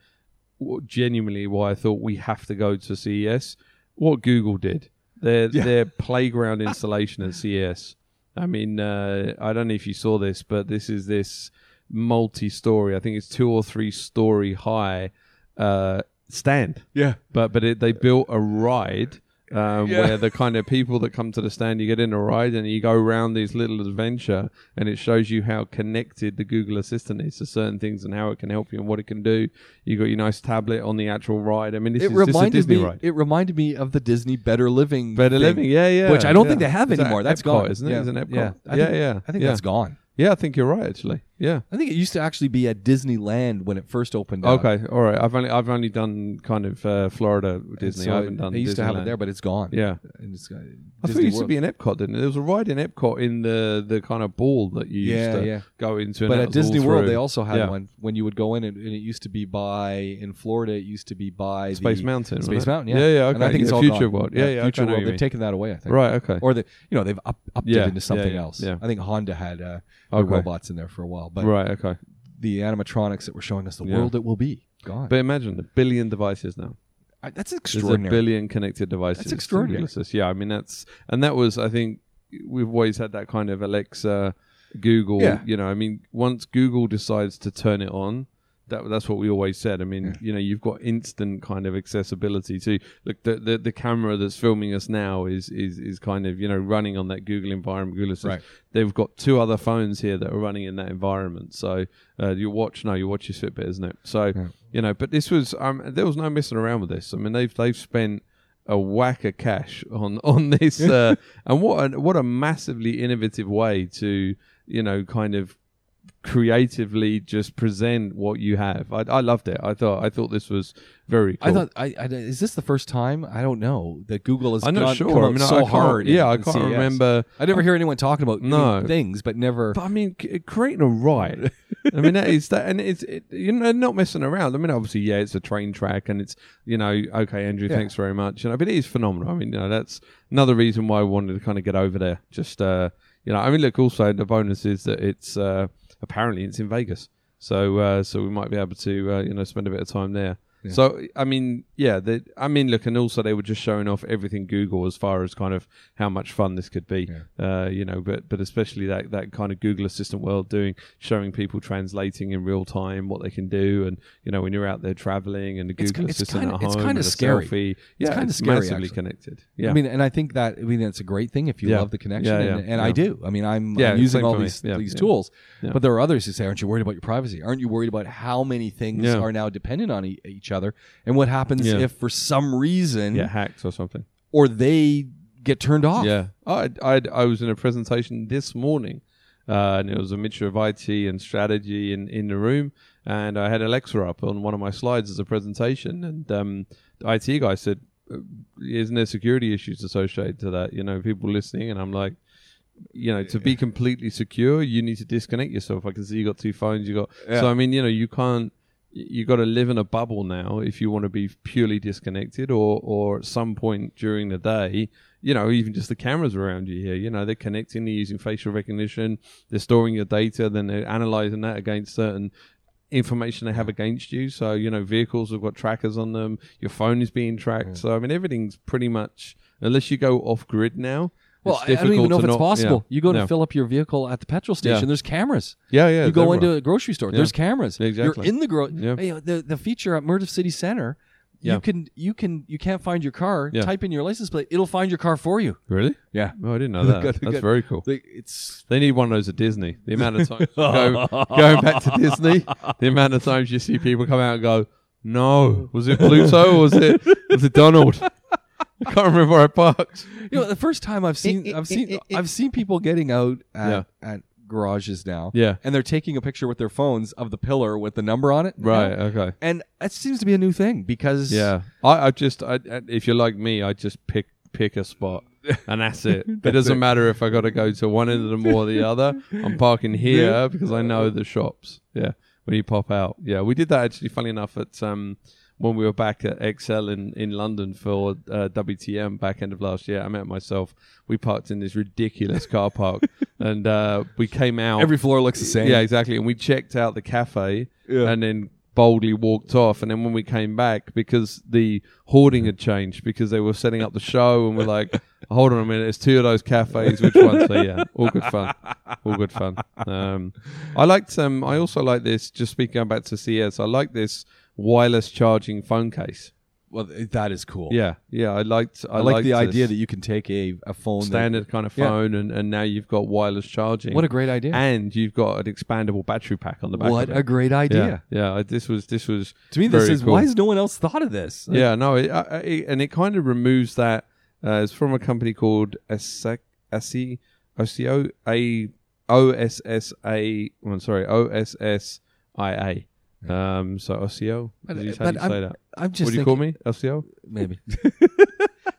B: w- genuinely, why I thought we have to go to CES. what Google did. Their
A: Yeah.
B: their playground installation at CES. I mean, uh, I don't know if you saw this, but this is this multi-story. I think it's two or three story high uh, stand
A: Yeah.
B: but but it, they built a ride um,
A: Yeah.
B: where the kind of people that come to the stand, you get in a ride and you go around this little adventure, and it shows you how connected the Google Assistant is to certain things and how it can help you and what it can do. You got your nice tablet on the actual ride. I mean, this
A: It
B: is just a
A: reminded
B: Disney
A: me.
B: ride.
A: It reminded me of the Disney Better Living.
B: Better
A: thing,
B: living, yeah, yeah.
A: Which I don't
B: yeah.
A: think they have
B: Is that
A: anymore. That's
B: Epcot,
A: gone,
B: isn't it?
A: Yeah.
B: Isn't it Epcot?
A: Yeah, I
B: yeah,
A: think,
B: yeah.
A: I think
B: yeah.
A: that's gone.
B: Yeah, I think you're right. Actually, yeah.
A: I think it used to actually be at Disneyland when it first opened. up.
B: Okay, all right. I've only I've only done kind of uh, Florida
A: And
B: Disney.
A: so
B: I haven't done.
A: uh, They used to have it
B: Disneyland.
A: there, but it's gone.
B: Yeah.
A: And it's uh, got
B: I thought it used to be in Epcot, didn't it? There was a ride in Epcot in the the kind of ball that you
A: Yeah,
B: used to
A: yeah.
B: go into. and
A: But at
B: that was all
A: Disney World,
B: through
A: they also had
B: Yeah.
A: one when you would go in, and, and it used to be by in Florida. It used to be by
B: Space
A: the,
B: Mountain. wasn't
A: Space
B: it?
A: Mountain. Yeah,
B: yeah, yeah. Okay.
A: And I think
B: yeah,
A: it's all
B: Future
A: gone.
B: World. Yeah, yeah. okay,
A: Future
B: I know what
A: World.
B: you
A: They've
B: mean.
A: taken that away. I think.
B: Right. Okay.
A: Or they, you know, they've up, upped
B: Yeah,
A: it into something
B: yeah,
A: else.
B: yeah.
A: I think Honda had uh, a
B: Okay.
A: robots in there for a while, but
B: Right. Okay.
A: the animatronics that were showing us the
B: Yeah.
A: world it will be gone.
B: But imagine a billion devices now.
A: I- that's
B: There's a
A: extraordinary.
B: billion connected devices.
A: That's extraordinary.
B: Ridiculous. Yeah. I mean, that's and that was. I think we've always had that kind of Alexa, Google.
A: Yeah.
B: You know, I mean, once Google decides to turn it on. That, that's what we always said. I mean, you know, you've got instant kind of accessibility to look. The, the the camera that's filming us now is is is kind of you know running on that Google environment. Google Assistant.
A: Right.
B: They've got two other phones here that are running in that environment. So uh, your watch, no, your watch is Fitbit, isn't it? So you know, but this was um, there was no messing around with this. I mean, they've they've spent a whack of cash on on this, uh, and what a, what a massively innovative way to you know kind of creatively just present what you have. I, I loved it. I thought I thought this was very. Cool.
A: I thought, I, I, is this the first time? I don't know that Google has
B: I'm not
A: gone,
B: sure.
A: gone
B: I mean, I
A: so
B: can't-
A: hard. in-
B: Yeah, I
A: in E
B: can't
A: CES.
B: remember.
A: I never hear anyone talking about
B: No.
A: new things, but never.
B: But I mean, c- creating a ride. I mean, that is that, and it's it, you know not messing around. I mean, obviously, yeah, it's a train track, and it's you know, okay, Andrew,
A: Yeah.
B: thanks very much. You know, but it is phenomenal. I mean, you know, that's another reason why I wanted to kind of get over there. Just uh, you know, I mean, look, also the bonus is that it's uh, apparently it's in Vegas, so uh, so we might be able to uh, you know spend a bit of time there.
A: Yeah.
B: So I mean, yeah, the, I mean, look, and also they were just showing off everything Google as far as kind of how much fun this could be, uh, you know, but but especially that that kind of Google Assistant world doing showing people translating in real time what they can do, and you know when you're out there traveling and the
A: It's
B: Google
A: ki- it's
B: Assistant
A: kinda-
B: at home,
A: it's
B: and
A: kinda
B: a
A: scary.
B: selfie. yeah,
A: kinda
B: it's
A: scary,
B: massively
A: actually.
B: connected. Yeah,
A: I mean, and I think that I mean that's a great thing if you
B: Yeah.
A: love the connection,
B: Yeah,
A: and,
B: yeah,
A: and I
B: yeah.
A: do. I mean, I'm,
B: Yeah,
A: I'm using
B: same
A: all
B: for me.
A: these
B: Yeah,
A: these
B: yeah.
A: tools,
B: Yeah.
A: but there are others who say, "Aren't you worried about your privacy? Aren't you worried about how many things
B: Yeah.
A: are now dependent on e- each other, and what happens
B: Yeah.
A: if for some reason
B: yeah, hacks or something.
A: or they get turned off?"
B: Yeah, I I I was in a presentation this morning, uh, and it was a mixture of IT and strategy in in the room, and I had Alexa up on one of my slides as a presentation, and um, the IT guy said, "Uh, "Isn't there security issues associated to that?" You know, people listening, and I'm like. You know, to be completely secure, you need to disconnect yourself. I can see you got two phones. You got
A: Yeah.
B: so I mean, you know, you can't. You got to live in a bubble now if you want to be purely disconnected, or or at some point during the day, you know, even just the cameras around you here, you know, they're connecting, they're using facial recognition, they're storing your data, then they're analyzing that against certain information they have against you. So, you know, vehicles have got trackers on them, your phone is being tracked. So, I mean, everything's pretty much, unless you go off grid now.
A: Well,
B: it's
A: I- I don't even
B: difficult
A: know if
B: to
A: it's
B: not-
A: possible.
B: yeah,
A: you go to
B: yeah.
A: fill up your vehicle at the petrol station.
B: Yeah.
A: There's cameras.
B: Yeah, yeah.
A: you go
B: they're
A: into
B: right.
A: a grocery store.
B: Yeah.
A: There's cameras.
B: Exactly.
A: You're in the gro-
B: Yeah.
A: Hey, the the feature at Murdiff City Center.
B: Yeah.
A: You can you can you can't find your car.
B: Yeah.
A: Type in your license plate. It'll find your car for you.
B: Really?
A: Yeah.
B: Oh, I didn't know
A: They've
B: that.
A: got- they've
B: That's
A: got-
B: very cool.
A: it's
B: They need one of those at Disney. The amount of time go, going back to Disney, the amount of times you see people come out and go, "No, was it Pluto or was it was it Donald?" I can't remember where I parked.
A: you know the first time I've seen I've seen I've seen people getting out at, at garages now.
B: Yeah.
A: And they're taking a picture with their phones of the pillar with the number on it. now.
B: Right. Okay.
A: And that seems to be a new thing because
B: Yeah. I, I just, I, I- if you're like me, I just pick pick a spot, and that's it. it doesn't matter if I got to go to one end of the mall or the other. I'm parking here because I know the shops. Yeah. When you pop out, yeah, we did that actually. Funny enough, at um, when we were back at XL in, in London for uh, WTM back end of last year, I met myself. We parked in this ridiculous car park, and uh, we came out.
A: every floor looks the same.
B: Yeah, exactly. And we checked out the cafe
A: Yeah.
B: and then boldly walked off. And then when we came back, because the hoarding had changed, because they were setting up the show, and we're like, hold on a minute, it's two of those cafes. Which one? So yeah, all good fun, all good fun. Um, I liked. Um, I also like this. Just speaking going back to CS, I like this wireless charging phone case.
A: Well, th- that is cool.
B: Yeah, yeah, I liked. I,
A: I, like
B: liked
A: the idea
B: this
A: that you can take a, a phone. that-
B: standard kind of
A: Yeah.
B: phone, and, and now you've got wireless charging.
A: what a great idea.
B: and you've got an expandable battery pack on the back.
A: What
B: of it.
A: a great idea.
B: Yeah, yeah. I- This was this was
A: To me, this
B: very
A: is
B: cool.
A: why has no one else thought of this? Like,
B: yeah. No, it, I, I- it, and it kind of removes that. Uh, it's from a company called Asec Ase- Oseo A O S S A. I'm sorry, O S S I A. Um, so Oseo.
A: But-
B: Is how
A: but
B: you
A: I'm
B: say that?
A: I'm just
B: What do you call me? Oseo.
A: maybe.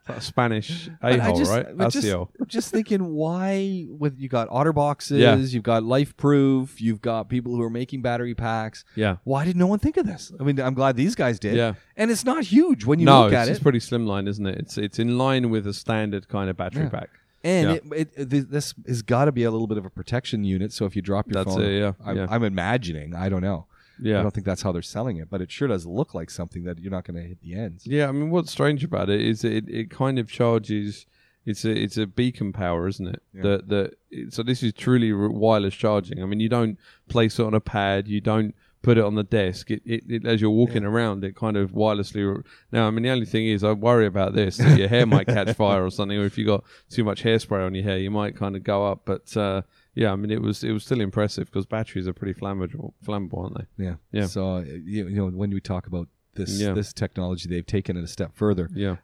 B: That's Spanish
A: But
B: a
A: I
B: hole,
A: just-
B: right?
A: but just-
B: Oseo.
A: just thinking why with you got otter boxes
B: Yeah.
A: you've got life proof you've got people who are making battery packs
B: Yeah.
A: why did no one think of this i mean i'm glad these guys did
B: Yeah.
A: and it's not huge when you
B: no,
A: look
B: it's,
A: at
B: it's
A: it
B: pretty slimline, isn't it? It's it's in line with a standard kind of battery
A: Yeah.
B: pack.
A: and
B: yeah.
A: it, it, th- this has got to be a little bit of a protection unit so if you drop your
B: That's
A: phone
B: it. Yeah.
A: I'm,
B: yeah.
A: I'm imagining i don't know i
B: yeah.
A: don't think that's how they're selling it but it sure does look like something that you're not going to hit the ends
B: Yeah, I mean, what's strange about it is it, it kind of charges. It's a it's a beacon power, isn't it?
A: Yeah.
B: That that it- so this is truly r- wireless charging. I mean, you don't place it on a pad, you don't put it on the desk. It, it, it as you're walking around, it kind of wirelessly. r- Now, I mean, the only thing is, I worry about this that your hair might catch fire or something, or if you got too much hairspray on your hair, you might kind of go up. But uh, yeah, I mean, it was it was still impressive because batteries are pretty flammable, flammable, aren't they?
A: yeah
B: Yeah.
A: so uh, you, you know when we talk about this
B: Yeah.
A: this technology they've taken it a step further
B: Yeah.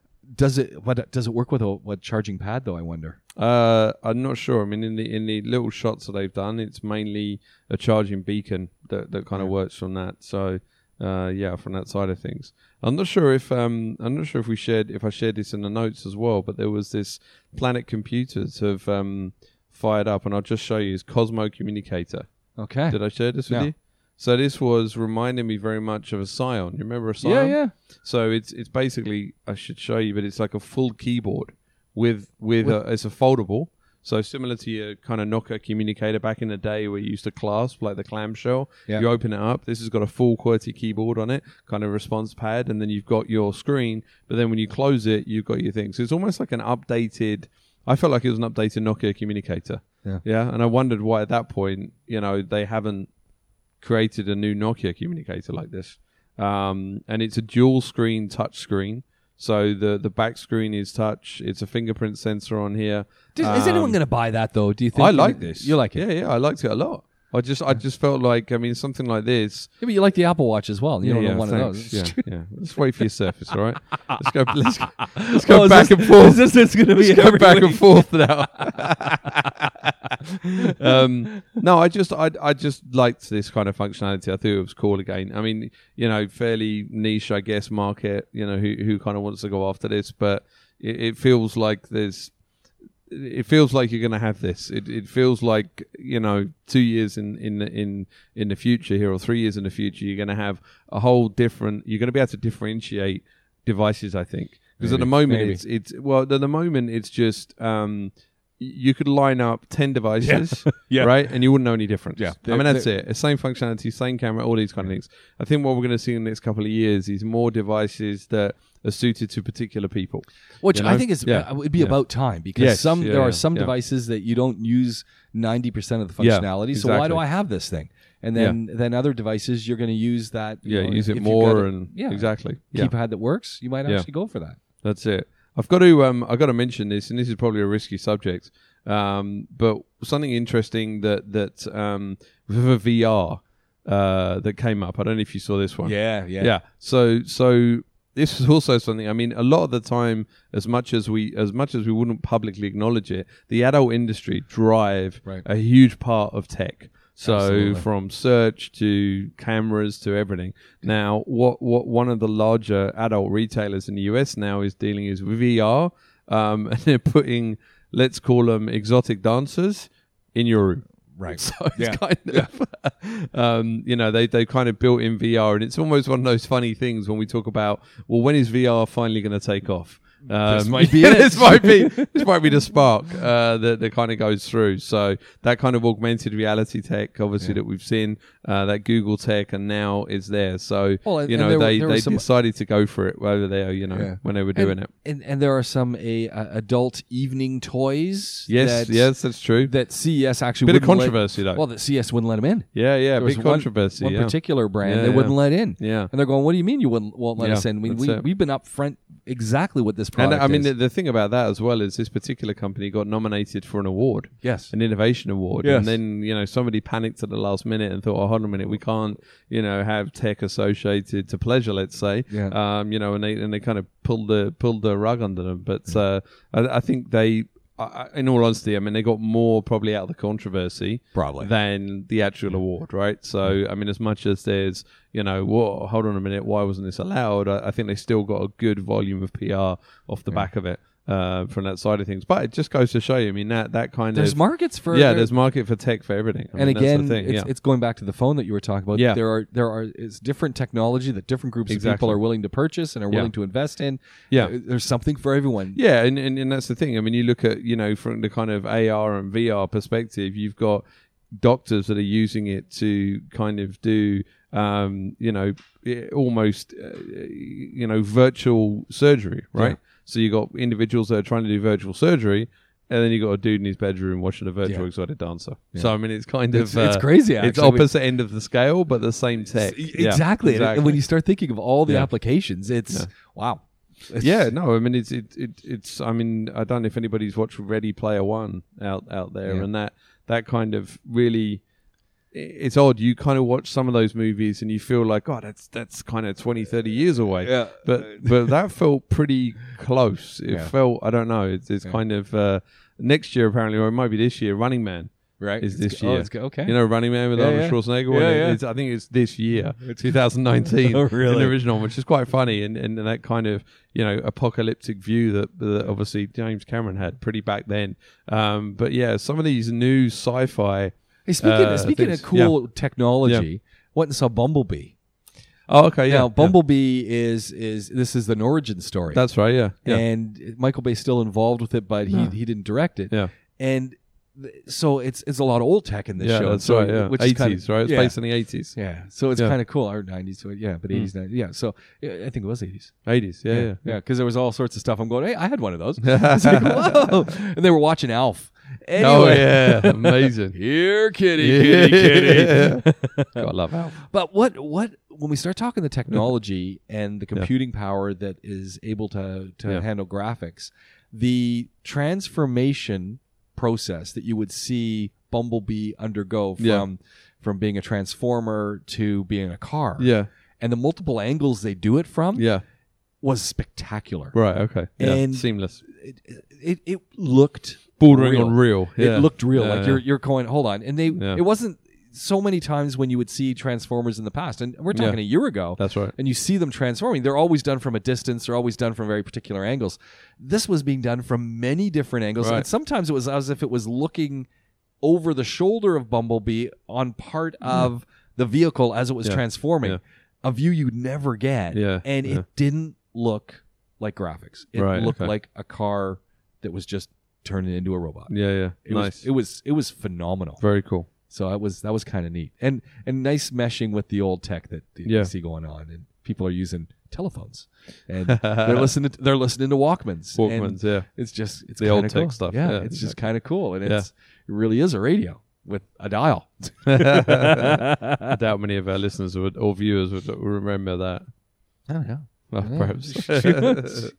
A: Does it? What does it work with a what charging pad though? I wonder.
B: Uh, I'm not sure. I mean, in the in the little shots that they've done, it's mainly a charging beacon that, that kind of
A: Yeah.
B: works from that. So, uh, yeah, from that side of things, I'm not sure if um, I'm not sure if we shared if I shared this in the notes as well. But there was this Planet Computers have um, fired up, and I'll just show you is Cosmo Communicator.
A: Okay.
B: Did I share this with
A: No.
B: you? So this was reminding me very much of a Scion. You remember a Scion? So it's it's basically I should show you, but it's like a full keyboard with with,
A: With-
B: a, it's a foldable. So similar to your kind of Nokia communicator back in the day where you used to clasp like the clamshell.
A: Yeah.
B: You open it up. This has got a full QWERTY keyboard on it, kind of response pad, and then you've got your screen. But then when you close it, you've got your thing. So it's almost like an updated. I felt like it was an updated Nokia communicator.
A: Yeah.
B: Yeah. And I wondered why at that point, you know, they haven't created a new Nokia communicator like this. Um, and it's a dual screen touch screen. So the the back screen is touch. It's a fingerprint sensor on here.
A: Does- is anyone
B: Um,
A: going to buy that though? Do you think?
B: I like this.
A: You like it?
B: Yeah, yeah. I liked it a lot. I just I just felt like I mean something like this.
A: Yeah, but you like the Apple Watch as well. You don't
B: yeah,
A: know one
B: thanks.
A: of those.
B: Yeah, yeah. Let's wait for your surface. All right. Let's go. Let's, go- let's go
A: Oh, is
B: back
A: this-
B: and forth.
A: is this- this gonna be
B: Let's go
A: every
B: back and
A: week?
B: forth now. um, no, I just I I just liked this kind of functionality. I thought it was cool again. I mean, you know, fairly niche, I guess, market. You know, who who kind of wants to go after this, but it, it feels like there's. It feels like you're going to have this. It, it feels like you know, two years in in in in the future here, or three years in the future, you're going to have a whole different. You're going to be able to differentiate devices. I think because
A: Maybe,
B: at the moment
A: maybe.
B: it's it's well at the moment it's just um, y- you could line up 10 devices
A: Yeah.
B: right and you wouldn't know any difference
A: Yeah.
B: i mean that's it same functionality same camera all these kind of things i think what we're going to see in the next couple of years is more devices that are suited to particular people
A: Which
B: You
A: I
B: know?
A: think is
B: Yeah.
A: uh, would be
B: Yeah.
A: about time because
B: Yes.
A: some
B: Yeah,
A: there are
B: yeah,
A: some
B: yeah.
A: devices that you don't use ninety percent of the
B: Yeah,
A: functionality. So why do
B: exactly.
A: I have this thing? And then then other devices you're going to use that. you
B: yeah
A: know,
B: use
A: if
B: it
A: you've
B: more
A: got a
B: and
A: yeah.
B: exactly yeah
A: keypad that works. You might
B: Yeah.
A: actually go for that.
B: That's it. I've got to um, I've got to mention this, and this is probably a risky subject, um, but something interesting that that um, with the VR uh, that came up. I don't know if you saw this one.
A: Yeah,
B: yeah. So so this is also something. I mean, a lot of the time, as much as we as much as we wouldn't publicly acknowledge it, the adult industry drive
A: Right.
B: a huge part of tech. So
A: Absolutely.
B: from search to cameras to everything. Now, what what one of the larger adult retailers in the US now is dealing is with VR, um, and they're putting let's call them exotic dancers in your room.
A: Right.
B: So it's kind of, um, you know, they, they kind of built in VR, and it's almost one of those funny things when we talk about, well, when is VR finally going to take off? Um,
A: This might be it.
B: this might be this might be the spark uh, that, that kind of goes through. So that kind of augmented reality tech, obviously that we've seen, uh, that Google tech, and now is there. So
A: Well, and-
B: you
A: and
B: know
A: there were-
B: they,
A: there were
B: they
A: some-
B: decided to go for it over there. You know
A: Yeah.
B: when they were
A: and,
B: doing it.
A: And, and there are some a, uh, adult evening toys.
B: Yes,
A: that,
B: yes, that's true.
A: That CES actually
B: Bit of
A: wouldn't let-
B: controversy though.
A: well, that CES wouldn't let them in.
B: yeah, yeah,
A: There was
B: big
A: one-
B: controversy.
A: One
B: yeah.
A: particular brand
B: Yeah,
A: they
B: yeah.
A: wouldn't let in.
B: yeah.
A: And they're going, "What do you mean you wouldn't won't let
B: Yeah,
A: us in? We,
B: that's
A: we
B: it.
A: we've been upfront exactly what this
B: And
A: product
B: I mean,
A: is."
B: the, the thing about that as well is this particular company got nominated for an award.
A: yes,
B: an innovation award.
A: Yes.
B: And then, you know, somebody panicked at the last minute and thought, oh, hold on a minute, we can't, you know, have tech associated to pleasure, let's say.
A: Yeah.
B: Um, you know, and they and they kind of pulled the pulled the rug under them. But uh, I, I think they I, I- in all honesty, I mean, they got more probably out of the controversy
A: probably.
B: than the
A: Mm.
B: actual award, right? So, I mean, as much as there's, you know, whoa, hold on a minute, why wasn't this allowed? I, I think they still got a good volume of PR off the back of it uh, from that side of things. But it just goes to show you, I mean, that, that kind
A: there's
B: of.
A: markets for
B: yeah,
A: there-
B: there's market for tech for everything. I
A: and
B: mean, that's the
A: again,
B: thing,
A: it's,
B: yeah.
A: it's going back to the phone that you were talking about.
B: Yeah.
A: there are there are it's different technology that different groups of people
B: Exactly.
A: are willing to purchase and are
B: Yeah.
A: willing to invest in.
B: Yeah.
A: Uh, there's something for everyone.
B: Yeah, and, and, and that's the thing. I mean, you look at, you know, from the kind of AR and VR perspective, you've got doctors that are using it to kind of do, um, you know, i- almost, uh, you know, virtual surgery, right? So you've got individuals that are trying to do virtual surgery. And then you got a dude in his bedroom watching a virtual
A: Yeah.
B: exotic dancer. So I mean, it's kind of
A: It's, it's
B: uh,
A: crazy.
B: It's
A: actually.
B: opposite end of the scale, but the same tech.
A: E-
B: Yeah,
A: exactly. And- And when you start thinking of all the
B: Yeah.
A: applications, it's wow. It's-
B: yeah, no, I mean it's it, it it's I mean I don't know if anybody's watched Ready Player One out out there,
A: Yeah.
B: and that that kind of really i- it's odd. You kind of watch some of those movies and you feel like, oh, that's that's kind of 20, 30 years away.
A: Yeah.
B: But but that felt pretty close. It
A: Yeah.
B: felt I don't know. It's it's
A: Yeah.
B: kind of uh, next year apparently, or it might be this year. Running Man
A: right.
B: is
A: It's-
B: this
A: oh,
B: year.
A: it's go- okay.
B: You know, Running Man with
A: Yeah,
B: Arnold
A: yeah. Yeah,
B: Schwarzenegger. one. It-
A: yeah.
B: It's, I think it's this year, 2019,
A: Oh,
B: in
A: really?
B: the original, which is quite funny, and, and that kind of you know apocalyptic view that, that obviously James Cameron had pretty back then. Um, but yeah, some of these new sci-fi.
A: Hey, speaking
B: uh,
A: speaking
B: things-
A: of cool technology, went and saw Bumblebee.
B: Oh, okay, yeah,
A: now,
B: yeah.
A: Bumblebee is is this is an origin story,
B: That's right, yeah, yeah,
A: and Michael Bay's still involved with it, but he
B: Yeah.
A: he didn't direct it.
B: Yeah.
A: and th- so it's it's a lot of old tech in this
B: yeah.
A: show.
B: That's
A: so,
B: right, yeah.
A: which is
B: Eighties,
A: kind of-
B: right? It's
A: yeah.
B: based in the eighties.
A: yeah, so it's
B: Yeah.
A: kind of cool. Or nineties, yeah, but
B: Mm.
A: eighties, yeah. So yeah, I think it was eighties.
B: Eighties, yeah, yeah.
A: yeah, because there was all sorts of stuff. I'm going, hey, I had one of those.
B: yeah.
A: It's like, whoa, and they were watching Alf. Anyway,
B: Oh yeah, amazing.
A: here, kitty,
B: Yeah.
A: kitty, kitty.
B: God, I love Alf.
A: But what what when we start talking the technology and the computing power that is able to to
B: Yeah.
A: handle graphics, the transformation process that you would see Bumblebee undergo from
B: Yeah.
A: from being a transformer to being a car,
B: Yeah,
A: and the multiple angles they do it from
B: yeah.
A: was spectacular.
B: Right, okay. Yeah,
A: And-
B: seamless.
A: It, it it looked
B: bordering on
A: real.
B: real. Yeah.
A: It looked real.
B: Yeah,
A: like
B: yeah.
A: you're you're going, hold on. And they
B: Yeah.
A: it wasn't so many times when you would see Transformers in the past, and we're
B: Yeah.
A: talking a year ago,
B: That's right.
A: and you see them transforming. They're always done from a distance. They're always done from very particular angles. This was being done from many different angles,
B: Right.
A: and sometimes it was as if it was looking over the shoulder of Bumblebee on part of the vehicle as it was
B: Mm-hmm. Yeah.
A: transforming.
B: Yeah.
A: A view you'd never get,
B: Yeah.
A: and
B: Yeah.
A: it didn't look like graphics. It
B: Right,
A: looked
B: okay.
A: like a car that was just turned into a robot.
B: Yeah, yeah.
A: It
B: nice.
A: was it was it was phenomenal.
B: Very cool.
A: So that was that was kind of neat and and nice meshing with the old tech that you
B: Yeah.
A: see going on and people are using telephones and they're
B: they're
A: listening to, they're listening to Walkmans. And
B: Walkmans, yeah.
A: it's just it's
B: The old
A: kinda
B: tech
A: cool.
B: stuff,
A: Yeah,
B: yeah,
A: it's just kind of cool and it's it really is a radio with a dial.
B: I doubt many of our listeners would, or viewers would remember that.
A: I
B: Oh,
A: don't know.
B: Well,
A: Yeah.
B: perhaps.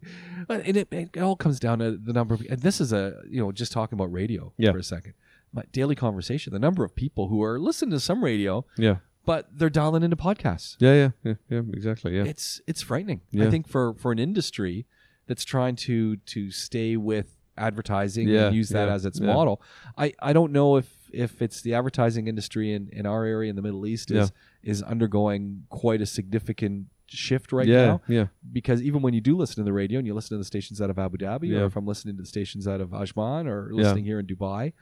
A: But and it, it all comes down to the number of and this is a you know just talking about radio
B: Yeah.
A: for a second. My daily conversation, the number of people who are listening to some radio
B: yeah.
A: but they're dialing into podcasts.
B: Yeah, yeah, yeah, yeah, exactly. Yeah.
A: it's it's frightening. I
B: Yeah.
A: think for for an industry that's trying to to stay with advertising
B: Yeah,
A: and use that
B: yeah,
A: as its
B: yeah.
A: model. I I don't know if if it's the advertising industry in in our area in the Middle East is is undergoing quite a significant shift right
B: yeah,
A: now
B: yeah,
A: because even when you do listen to the radio and you listen to the stations out of Abu Dhabi
B: Yeah.
A: or if I'm listening to the stations out of Ajman or
B: Yeah.
A: listening here in Dubai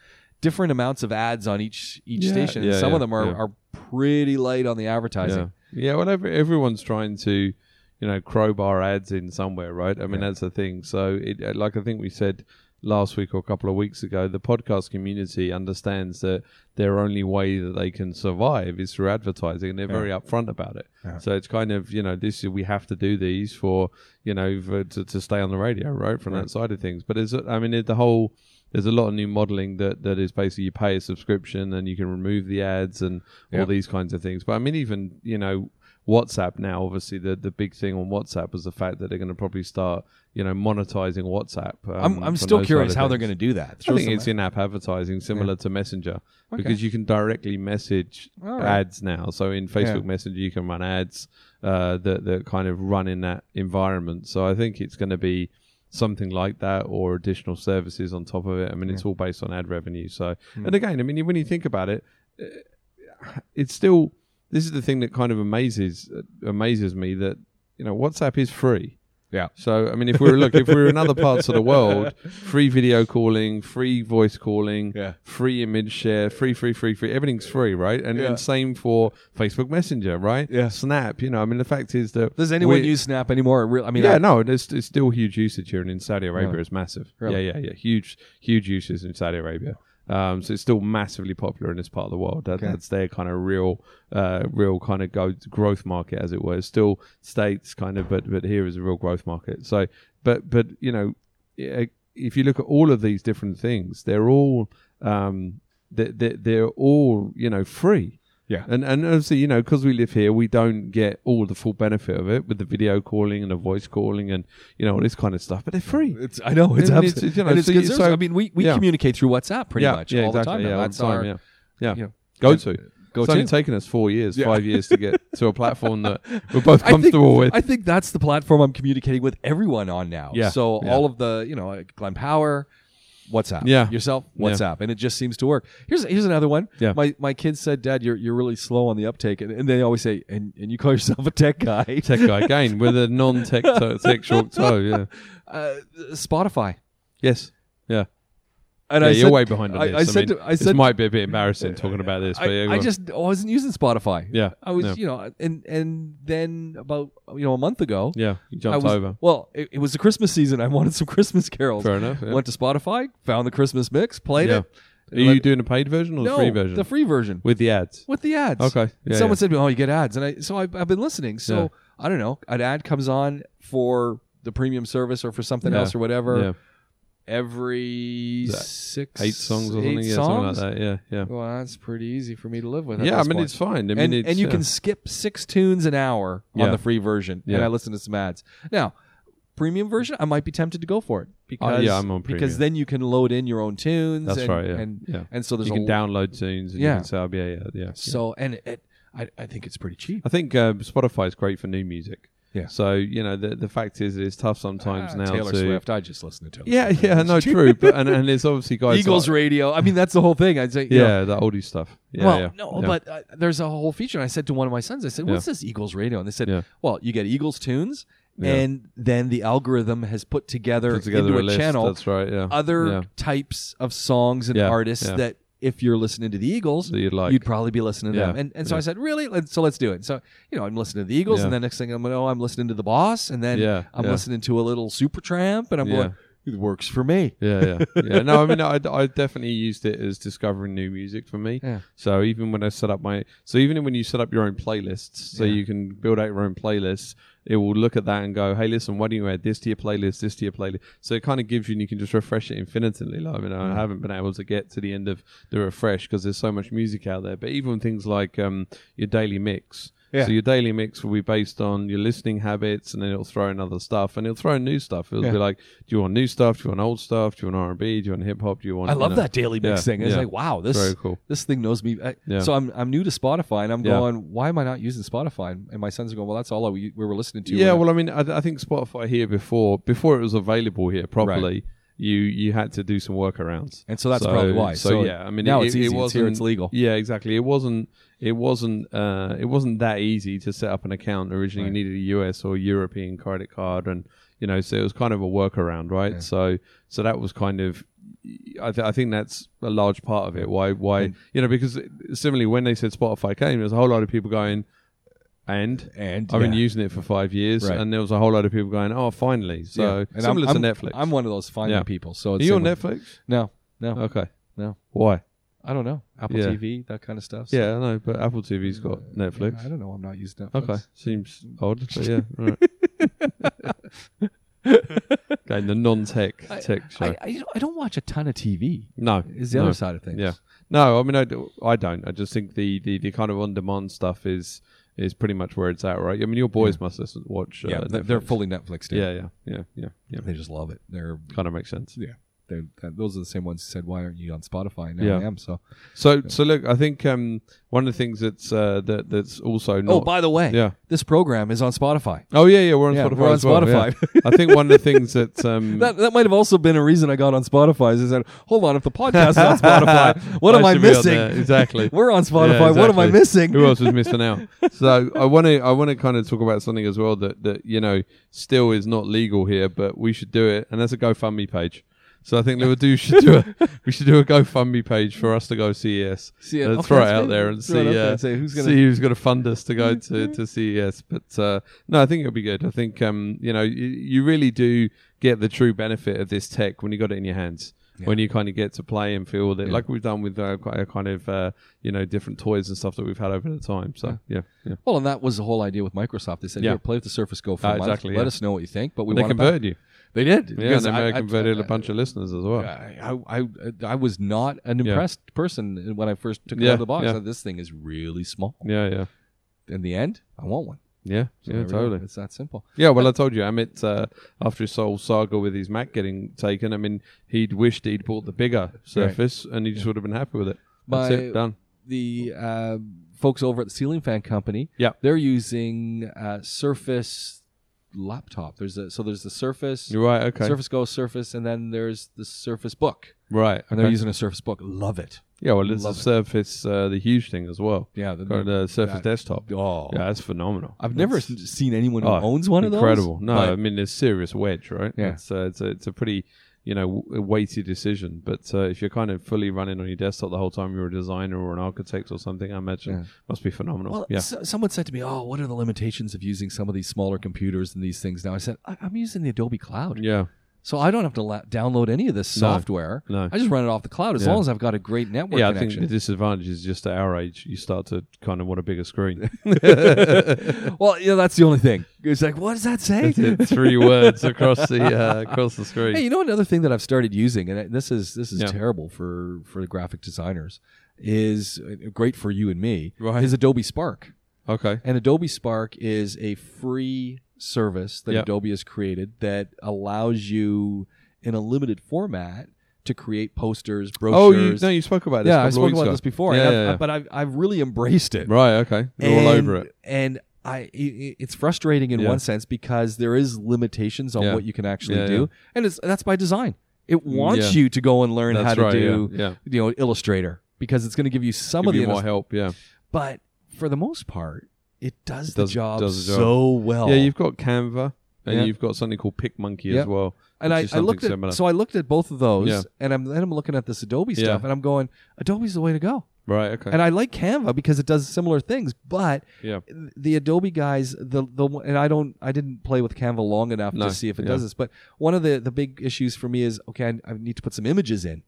A: different amounts of ads on each each
B: Yeah,
A: station and
B: yeah,
A: some
B: yeah,
A: of them are,
B: yeah.
A: are pretty light on the
B: yeah,
A: advertising
B: yeah. Well, every, everyone's trying to, you know, crowbar ads in somewhere, right? I mean, that's the thing. So, it, uh, like I think we said last week or a couple of weeks ago, the podcast community understands that their only way that they can survive is through advertising, and they're very upfront about it. So it's kind of you know, this is we have to do these for you know for, to, to stay on the radio, right? From that side of things. But there's, a- I mean, it- the whole there's a lot of new modeling that that is basically you pay a subscription and you can remove the ads and all these kinds of things. But I mean, even you know. WhatsApp now, obviously, the, the big thing on WhatsApp was the fact that they're going to probably start, you know, monetizing WhatsApp. um,
A: I'm, I'm
B: from
A: still
B: those
A: curious
B: side of
A: how they're
B: things.
A: going to do that.
B: I think it's in app advertising, similar to Messenger, because you can directly message ads now. So in Facebook Messenger, you can run ads uh, that, that kind of run in that environment. So I think it's going to be something like that or additional services on top of it. I mean, it's all based on ad revenue. So, and again, I mean, when you think about it, uh, it's still, this is the thing that kind of amazes, amazes me that, you know, WhatsApp is free.
A: yeah.
B: So I mean, if we were look, if we were in other parts of the world, free video calling, free voice calling,
A: Yeah.
B: free image share, free, free, free, free, everything's free, right? And,
A: Yeah.
B: and same for Facebook Messenger, right?
A: Yeah.
B: Snap. You know, I mean, the fact is that
A: Does anyone
B: we-
A: use Snap anymore? Re- I mean,
B: yeah,
A: I-
B: no, there's it's still huge usage here, and in Saudi Arabia, it's massive.
A: Really?
B: Yeah, yeah, yeah, huge, huge usage in Saudi Arabia. Um, so it's still massively popular in this part of the world. That, That's their kind of real, uh, real kind of go growth market, as it were. It's still states kind of, but but here is a real growth market. So, but but you know, i- if you look at all of these different things, they're all um, they they're, they're all you know free.
A: Yeah.
B: And and obviously, you know, because we live here, we don't get all the full benefit of it with the video calling and the voice calling and you know all this kind of stuff. But they're free.
A: It's, I know it's
B: And it's-
A: absolutely.
B: you know,
A: and it's
B: so
A: good
B: you-
A: service.
B: so-
A: I mean, we, we
B: yeah.
A: communicate through WhatsApp pretty
B: yeah,
A: much
B: yeah,
A: all the
B: exactly.
A: time.
B: Yeah,
A: now.
B: all
A: That's
B: the time,
A: our
B: yeah. Yeah.
A: you know, uh,
B: Go to.
A: go
B: it's only
A: to.
B: taken us four years,
A: Yeah.
B: five years to get to a platform that we're both
A: I think-
B: comfortable with.
A: I think that's the platform I'm communicating with everyone on now.
B: Yeah.
A: So
B: Yeah.
A: all of the, you know, like Glenn Power, WhatsApp.
B: Yeah.
A: Yourself,
B: Yeah.
A: WhatsApp. And it just seems to work. Here's here's another one.
B: Yeah.
A: My my kids said, Dad, you're you're really slow on the uptake. And, and they always say, and, and you call yourself a tech guy.
B: tech guy again with a non-tech toe, tech short toe. Yeah.
A: Uh, Spotify.
B: Yes. Yeah.
A: And
B: yeah,
A: I
B: you're
A: said,
B: way behind on
A: I-
B: this.
A: I said
B: mean,
A: to- I
B: this
A: said-
B: might be a bit embarrassing talking about this, but yeah,
A: I,
B: go
A: I
B: on.
A: just I wasn't using Spotify.
B: yeah,
A: I was,
B: yeah,
A: you know, and and then about you know a month ago,
B: yeah, you
A: I
B: jumped
A: was,
B: over.
A: Well, it, it was the Christmas season. I wanted some Christmas carols.
B: Fair enough. Yeah.
A: Went to Spotify, found the Christmas mix, played
B: Yeah.
A: it.
B: Are you doing a paid version or the
A: no,
B: free version?
A: The free version
B: with the ads.
A: with the ads.
B: Okay. Yeah,
A: Someone
B: yeah.
A: said, "Oh, you get ads," and I so I, I've been listening. So
B: Yeah.
A: I don't know. An ad comes on for the premium service or for something
B: Yeah.
A: else or whatever.
B: Yeah.
A: Every
B: that
A: six,
B: eight songs or
A: eight
B: something, yeah,
A: songs?
B: something like that. Yeah, yeah,
A: Well, that's pretty easy for me to live with. at
B: yeah. I
A: this
B: mean,
A: point.
B: it's fine. I mean,
A: and,
B: it's,
A: and you
B: yeah.
A: can skip six tunes an hour on
B: Yeah.
A: the free version, and
B: Yeah.
A: I listen to some ads. Now, premium version, I might be tempted to go for it because
B: Oh, yeah, I'm on
A: because
B: premium.
A: then you can load in your own tunes.
B: That's
A: and,
B: right, yeah,
A: and
B: yeah.
A: and so there's
B: you
A: a
B: can
A: l-
B: download tunes and
A: Yeah.
B: you can sub. Yeah, yeah, yeah.
A: so and it, it- I I think it's pretty cheap.
B: I think uh, Spotify is great for new music.
A: Yeah.
B: So you know, the the fact is, it's tough sometimes
A: Ah,
B: now
A: Taylor
B: to.
A: Swift, I just listen to Taylor
B: Yeah,
A: Swift.
B: yeah, no, true, but and, and there's obviously guys.
A: Eagles
B: like,
A: radio. I mean, that's the whole thing. I'd say, you know,
B: yeah, the oldie stuff. Yeah,
A: well,
B: yeah,
A: no,
B: yeah.
A: but uh, there's a whole feature. And I said to one of my sons, I said, "What's this Eagles radio?" And they said,
B: Yeah.
A: "Well, you get Eagles tunes,
B: Yeah.
A: and then the algorithm has put together,
B: Put together
A: into
B: a
A: a,
B: list,
A: channel
B: That's right. Yeah.
A: other
B: Yeah.
A: types of songs and
B: Yeah,
A: artists
B: yeah.
A: that if you're listening to the Eagles,
B: That you'd like.
A: probably be listening to
B: Yeah,
A: them. And, and so
B: yeah.
A: I said, really? Let's- So let's do it. So, you know, I'm listening to the Eagles,
B: Yeah.
A: and then next thing I'm going, oh, I'm listening to The Boss, and then
B: Yeah,
A: I'm
B: yeah.
A: listening to a little Supertramp, and I'm
B: Yeah.
A: going, it works for me.
B: Yeah, yeah, yeah. No, I mean, I, I definitely used it as discovering new music for me.
A: Yeah.
B: So even when I set up my, so even when you set up your own playlists, so you can build out your own playlists, it will look at that and go, hey, listen, why don't you add this to your playlist, this to your playlist? So it kind of gives you, and you can just refresh it infinitely. Like, I mean,
A: Mm.
B: I haven't been able to get to the end of the refresh because there's so much music out there. But even things like um, your daily mix.
A: Yeah.
B: So your daily mix will be based on your listening habits, and then it'll throw in other stuff, and it'll throw in new stuff. It'll
A: Yeah.
B: be like, do you want new stuff? Do you want old stuff? Do you want R and B? Do you want hip hop? Do you want?
A: I
B: you
A: love
B: know-
A: that daily mix
B: Yeah,
A: thing. It's
B: yeah.
A: like, wow, this
B: Very cool.
A: this thing knows me. I,
B: Yeah.
A: So I'm I'm new to Spotify, and I'm
B: Yeah.
A: going, why am I not using Spotify? And and my sons are going, well, that's all I, we, we were listening to.
B: Yeah,
A: when I-
B: well, I mean, I, I think Spotify here before before it was available here properly. You you had to do some workarounds,
A: And so that's probably why.
B: So,
A: So
B: yeah, I mean,
A: now
B: it,
A: it's
B: it-
A: easy.
B: It
A: It's here,
B: wasn't-
A: it's legal.
B: Yeah, exactly. It wasn't it wasn't uh, it wasn't that easy to set up an account originally. You needed a US or European credit card, and you know, so it was kind of a workaround, right? So so that was kind of. I, th- I think that's a large part
A: Hmm.
B: of it. Why? Why? You know, because similarly, when they said Spotify came, there was a whole lot of people going, And
A: And
B: I've been
A: yeah.
B: using it for five years,
A: Right.
B: and there was a whole lot of people going, "Oh, finally!"
A: Yeah.
B: So
A: And
B: similar
A: I'm,
B: to
A: I'm-
B: Netflix.
A: I'm one of those finding
B: Yeah.
A: people. So
B: Are
A: it's
B: you on
A: similar.
B: Netflix?
A: No, no,
B: Okay.
A: no.
B: Why?
A: I don't know. Apple
B: Yeah.
A: TV, that kind of stuff. so-
B: Yeah, I know, but Apple TV's got Netflix.
A: I don't know. I'm not using Netflix.
B: Okay, seems odd, but yeah. all Right. okay, the non-tech
A: I-
B: tech show.
A: I, I, you know, I don't watch a ton of TV.
B: no,
A: Is the
B: no.
A: other side of things.
B: Yeah. No, I mean, I, do, I don't. I just think the, the, the kind of on-demand stuff is is pretty much where it's at, right? I mean, your boys must listen, watch. Uh,
A: yeah. they're- they're
B: Netflix.
A: fully Netflixed. in.
B: Yeah, yeah, yeah, yeah, yeah.
A: They just love it. They're
B: Kind of makes sense.
A: yeah. They're, th- those are the same ones who said, "Why aren't you on Spotify?" And now
B: Yeah.
A: I am. So.
B: So, so look, I think um, one of the things that's uh, that that's also not.
A: Oh, by the way,
B: yeah.
A: this program is on Spotify.
B: Oh yeah, yeah, we're on
A: Yeah,
B: Spotify.
A: we're on
B: as well, yeah.
A: Spotify.
B: I think one of the things that um,
A: That, that might have also been a reason I got on Spotify. Is I said, "Hold on, if the podcast is on Spotify, what am I
B: should be on there,
A: missing?
B: Exactly.
A: We're on
B: Yeah,
A: Spotify. What am I
B: exactly.
A: missing?"
B: Who else was missing out? So I want to I want to kind of talk about something as well that that you know still is not legal here, but we should do it, and that's a GoFundMe page. So I think that we do should do a we should do a GoFundMe page for us to go CES.
A: See it.
B: Uh,
A: E Okay,
B: throw it
A: that's
B: out
A: good.
B: there and
A: Throw it out
B: see,
A: there
B: uh,
A: and say who's gonna-
B: see who's going to fund us to go to, to CES. But uh, no, I think it'll be good. I think um, you know you, you really do get the true benefit of this tech when you got it in your hands. When you kind of get to play and feel with it, like we've done with uh, quite a kind of uh, you know different toys and stuff that we've had over the time. So yeah, yeah.
A: Well, and that was the whole idea with Microsoft. They said,
B: Yeah.
A: "Here, play with the Surface Go for
B: Ah,
A: a month.
B: exactly,
A: Let
B: yeah.
A: us know what you think." But we
B: they
A: want it back.
B: converted you.
A: They did.
B: Yeah,
A: because
B: and they
A: I- I-
B: converted
A: I-
B: a bunch of listeners as well.
A: I, I I was not an
B: Yeah.
A: impressed person when I first took it out
B: Yeah,
A: of the box.
B: yeah.
A: I thought, this thing is really small.
B: yeah, yeah,
A: In the end, I want one.
B: yeah,
A: So
B: yeah,
A: there we go.
B: totally.
A: It's that simple.
B: Yeah, well, I told you, Amit, uh, after his whole saga with his Mac getting taken, I mean, he'd wished he'd bought the bigger Surface and he just would have been happy with it. That's
A: My-
B: it, done.
A: The uh, folks over at the Ceiling Fan Company,
B: Yeah.
A: they're using uh, Surface laptop. There's a so there's the Surface
B: You're right, okay.
A: Surface Go, Surface, and then there's the Surface Book,
B: Right,
A: and
B: okay.
A: they're using a Surface Book. Love it.
B: yeah, well, it's the
A: Love it.
B: Surface, uh, the huge thing as well.
A: Yeah. The,
B: Or the Surface
A: that-
B: Desktop.
A: oh,
B: Yeah, that's phenomenal.
A: I've never
B: That's
A: s- seen anyone who
B: Oh,
A: owns one of those.
B: Incredible. No,
A: But-
B: I mean, it's serious wedge, right?
A: Yeah.
B: It's, uh, it's, a, it's a pretty, you know, w- weighty decision. But uh, if you're kind of fully running on your desktop the whole time, you're a designer or an architect or something, I imagine
A: Yeah.
B: must be phenomenal.
A: Well,
B: yeah.
A: s- someone said to me, "Oh, what are the limitations of using some of these smaller computers and these things?" Now I said, I- "I'm using the Adobe Cloud,
B: yeah.
A: so I don't have to la- download any of this
B: No.
A: software.
B: No.
A: I just run it off the cloud as
B: Yeah.
A: long as I've got a great network
B: yeah, I
A: connection."
B: think the disadvantage is just at our age, you start to kind of want a bigger screen.
A: well, you know, that's the only thing. It's like, what does that say?
B: Three words across the uh, across the screen.
A: hey, you know, another thing that I've started using, and this is this is
B: Yeah.
A: terrible for for graphic designers, is uh, great for you and me.
B: Right.
A: Is Adobe Spark.
B: Okay.
A: And Adobe Spark is a free service that
B: Yep.
A: Adobe has created that allows you in a limited format to create posters,
B: Oh, you,
A: brochures.
B: no, you spoke about this.
A: yeah, I
B: a couple of
A: spoke
B: weeks
A: about
B: ago.
A: this before,
B: Yeah,
A: and
B: yeah,
A: I've,
B: yeah.
A: but I've, I've really embraced it.
B: right. Okay, You're all over it.
A: And I, i- i- it's frustrating in
B: Yeah.
A: one sense because there is limitations on
B: Yeah.
A: what you can actually
B: Yeah,
A: do, and it's, that's by design. It wants you to go and learn
B: That's
A: how to
B: right.
A: do,
B: yeah, yeah.
A: you know, Illustrator because it's going to give you some
B: Give
A: of the
B: you
A: illus-
B: more help. Yeah,
A: but for the most part, it does,
B: does-
A: the, job
B: does the job.
A: so well.
B: yeah. You've got Canva, and
A: Oh. Yeah.
B: you've got something called PicMonkey
A: Yeah.
B: as well.
A: and
B: which
A: I,
B: is
A: I
B: something
A: looked at
B: similar.
A: so I looked at both of those,
B: Yeah.
A: and I'm then I'm looking at this Adobe
B: Yeah.
A: stuff, and I'm going, Adobe's the way to go.
B: right. Okay.
A: And I like Canva because it does similar things, but
B: yeah.
A: the Adobe guys, the the one- and I don't I didn't play with Canva long enough
B: No,
A: to see if it
B: yeah.
A: does this, but one of the the big issues for me is okay, I, I need to put some images in,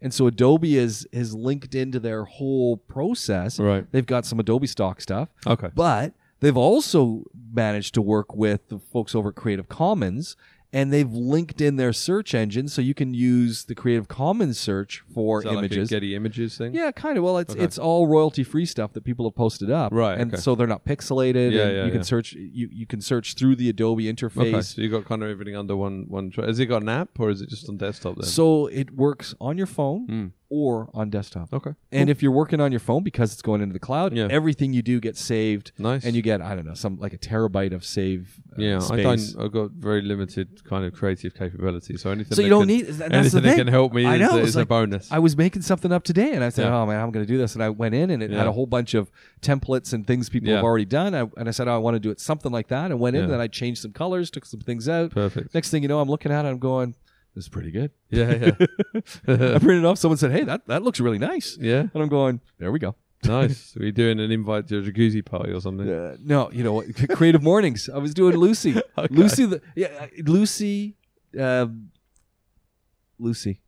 A: and so Adobe is is linked into their whole process.
B: Right.
A: They've got some Adobe stock stuff,
B: Okay.
A: but they've also managed to work with the folks over at Creative Commons and they've linked in their search engine so you can use the Creative Commons search for
B: Is that
A: images.
B: Like a Getty Images thing.
A: yeah, kind of. Well, it's
B: Okay.
A: it's all royalty free stuff that people have posted up,
B: Right,
A: And
B: okay.
A: so they're not pixelated.
B: Yeah,
A: and
B: yeah,
A: you
B: yeah.
A: can search you, you can search through the Adobe interface.
B: Okay. So you got kind of everything under one one. Tra- Has it got an app or is it just on desktop then?
A: So it works on your phone
B: Mm.
A: or on desktop.
B: okay.
A: And if you're working on your phone because it's going into the cloud,
B: Oh, Yeah.
A: everything you do gets saved,
B: Nice.
A: and you get I don't know some like a terabyte of save. uh,
B: Yeah, I
A: space.
B: don't. I've got very limited kind of creative capability, so anything.
A: So
B: that
A: you don't
B: can,
A: need- that's the
B: anything that
A: thing.
B: can help me.
A: I
B: is,
A: know,
B: is
A: it's
B: a
A: like-
B: bonus.
A: I was making something up today, and I said,
B: Yeah.
A: "Oh man, I'm going to do this." And I went in, and it had
B: Yeah.
A: a whole bunch of templates and things people
B: Yeah.
A: have already done. I, and I said, oh, "I want to do it something like that." And went in,
B: Yeah.
A: and then I changed some colors, took some things out.
B: Perfect.
A: Next thing you know, I'm looking at it, I'm going, "This is pretty good."
B: Yeah, yeah,
A: I printed it off. Someone said, "Hey, that that looks really nice,"
B: yeah.
A: and I'm going, "There we go."
B: Nice. Are we doing an invite to a jacuzzi party or something?
A: Uh, no, you know what? Creative Mornings. I was doing Lucy.
B: Okay.
A: Lucy, the, yeah, uh, Lucy, um Lucy.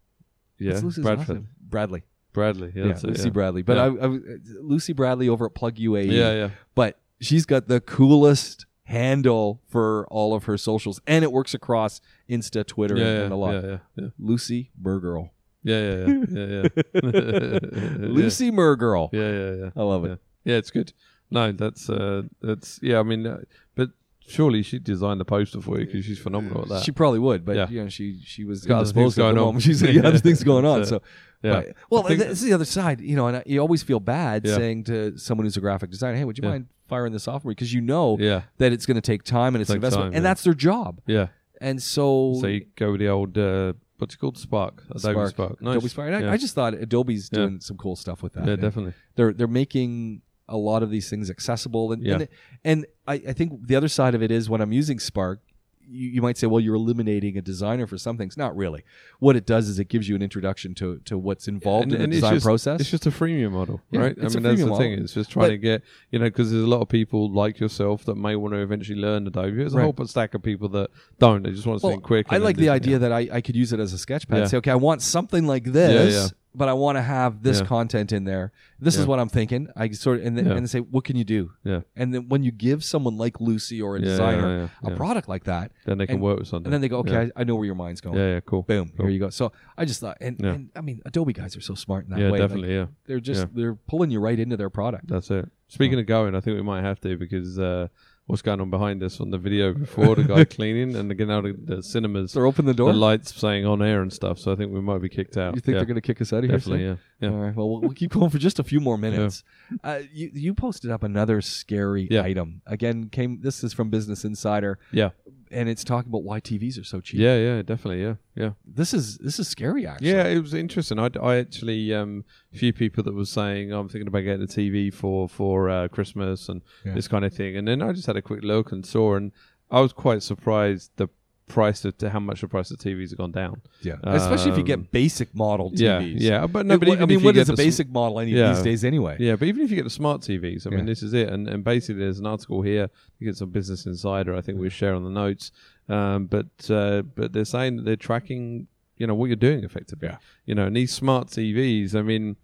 B: Yeah.
A: What's Lucy's last
B: Bradford.
A: name? Bradley.
B: Bradley. Yeah.
A: Yeah,
B: that's it,
A: Lucy
B: yeah.
A: Bradley. But
B: Yeah.
A: I, I was- Lucy Bradley over at Plug UAE.
B: yeah. Yeah.
A: But she's got the coolest handle for all of her socials, and it works across Insta, Twitter,
B: Yeah.
A: and,
B: Yeah.
A: and a lot.
B: Yeah. Yeah.
A: Lucy Murgirl.
B: Yeah. Yeah. Yeah. Yeah. yeah.
A: Lucy Murgirl.
B: Yeah. Yeah. Yeah.
A: I love it.
B: Yeah, it's good. No, that's uh, that's yeah. I mean, uh, but surely she designed the poster for you because she's phenomenal at that.
A: She probably would, but
B: Yeah.
A: you know, she she was
B: got other
A: disposed
B: things
A: of at
B: going
A: the
B: on.
A: moment. She's got other things going on.
B: So,
A: So,
B: yeah.
A: but- well,
B: I think-
A: this is the other side, you know. And I, you always feel bad
B: Yeah.
A: saying to someone who's a graphic designer, "Hey, would you
B: Yeah.
A: mind firing this off for me?" Because you know
B: yeah,
A: that it's going to take time and it's
B: Take
A: investment,
B: time,
A: and
B: yeah.
A: that's their job.
B: yeah.
A: And so,
B: So you go with the old uh, what's it called, Spark, Adobe Spark. Nice.
A: Adobe Spark. And I,
B: Yeah.
A: I just thought Adobe's
B: Yeah.
A: doing some cool stuff with that.
B: yeah,
A: And
B: definitely.
A: They're they're making a lot of these things accessible, and
B: Yeah.
A: and, and I, I think the other side of it is when I'm using Spark. You, you might say, well, you're eliminating a designer for some things. Not really. What it does is it gives you an introduction to, to what's involved
B: And-
A: in the
B: and it's
A: design
B: just-
A: process.
B: It's just a freemium model,
A: Yeah,
B: right? I
A: it's a
B: mean, that's the
A: freemium model.
B: thing. It's just trying
A: But-
B: to get you know because there's a lot of people like yourself that may want to eventually learn Adobe. There's
A: Right.
B: a whole stack of people that don't. They just want
A: Well,
B: something quick.
A: I
B: and
A: like
B: then
A: the
B: just-
A: idea that I, I could use it as a sketch pad.
B: Yeah.
A: Say, okay, I want something like this,
B: yeah.
A: but I want to have this
B: Yeah.
A: content in there. This is
B: Yeah.
A: what I'm thinking. I sort of and then,
B: Yeah.
A: and say, what can you do?
B: Yeah.
A: And then when you give someone like Lucy or a
B: Yeah, yeah,
A: designer
B: yeah,
A: a
B: yeah.
A: product like that,
B: Then they can
A: and-
B: work with something.
A: and then they go, okay,
B: Yeah.
A: I, I know where your mind's going.
B: Yeah, yeah, cool.
A: Boom,
B: Cool.
A: here you go. So I just thought, and,
B: Yeah.
A: and I mean, Adobe guys are so smart in that
B: Yeah,
A: way. Like,
B: definitely. yeah.
A: they're just
B: Yeah.
A: they're pulling you right into their product.
B: That's it. Speaking of going, I think we might have to because uh, what's going on behind us on the video before the guy cleaning and again out of the cinemas,
A: So open the
B: the
A: door.
B: lights saying on air and stuff. So I think we might be kicked out.
A: you think
B: Yeah,
A: they're going to kick us out of here? soon?
B: definitely? Yeah, yeah.
A: All right. Well, we'll, we'll keep going for just a few more minutes. Uh, you you posted up another scary
B: Yeah.
A: item again. Came this is from Business Insider.
B: Yeah.
A: and it's talking about why TVs are so cheap.
B: yeah, yeah, definitely, yeah, yeah,
A: this is this is scary actually.
B: yeah. It was interesting. I, I actually, um, a few people that were saying "Oh, I'm thinking about getting a TV for for uh, Christmas and
A: Yeah.
B: this kind of thing, and then I just had a quick look and saw, and I was quite surprised the price of how much the price of TVs have gone down.
A: yeah. Especially if you
B: Um,
A: get basic model TVs.
B: Yeah, yeah, but no, but
A: It- I
B: even
A: mean,
B: if
A: what
B: you
A: is
B: get
A: a
B: the sm-
A: basic model any of these
B: Yeah.
A: days anyway?
B: Yeah, but even if you get the smart TVs, I
A: Yeah.
B: mean, this is it. And and basically, there's an article here. I think it's on Business Insider. I think
A: Mm.
B: we share on the notes. Um, but uh, but they're saying that they're tracking, you know, what you're doing effectively.
A: Yeah.
B: You know, and these smart TVs. I mean,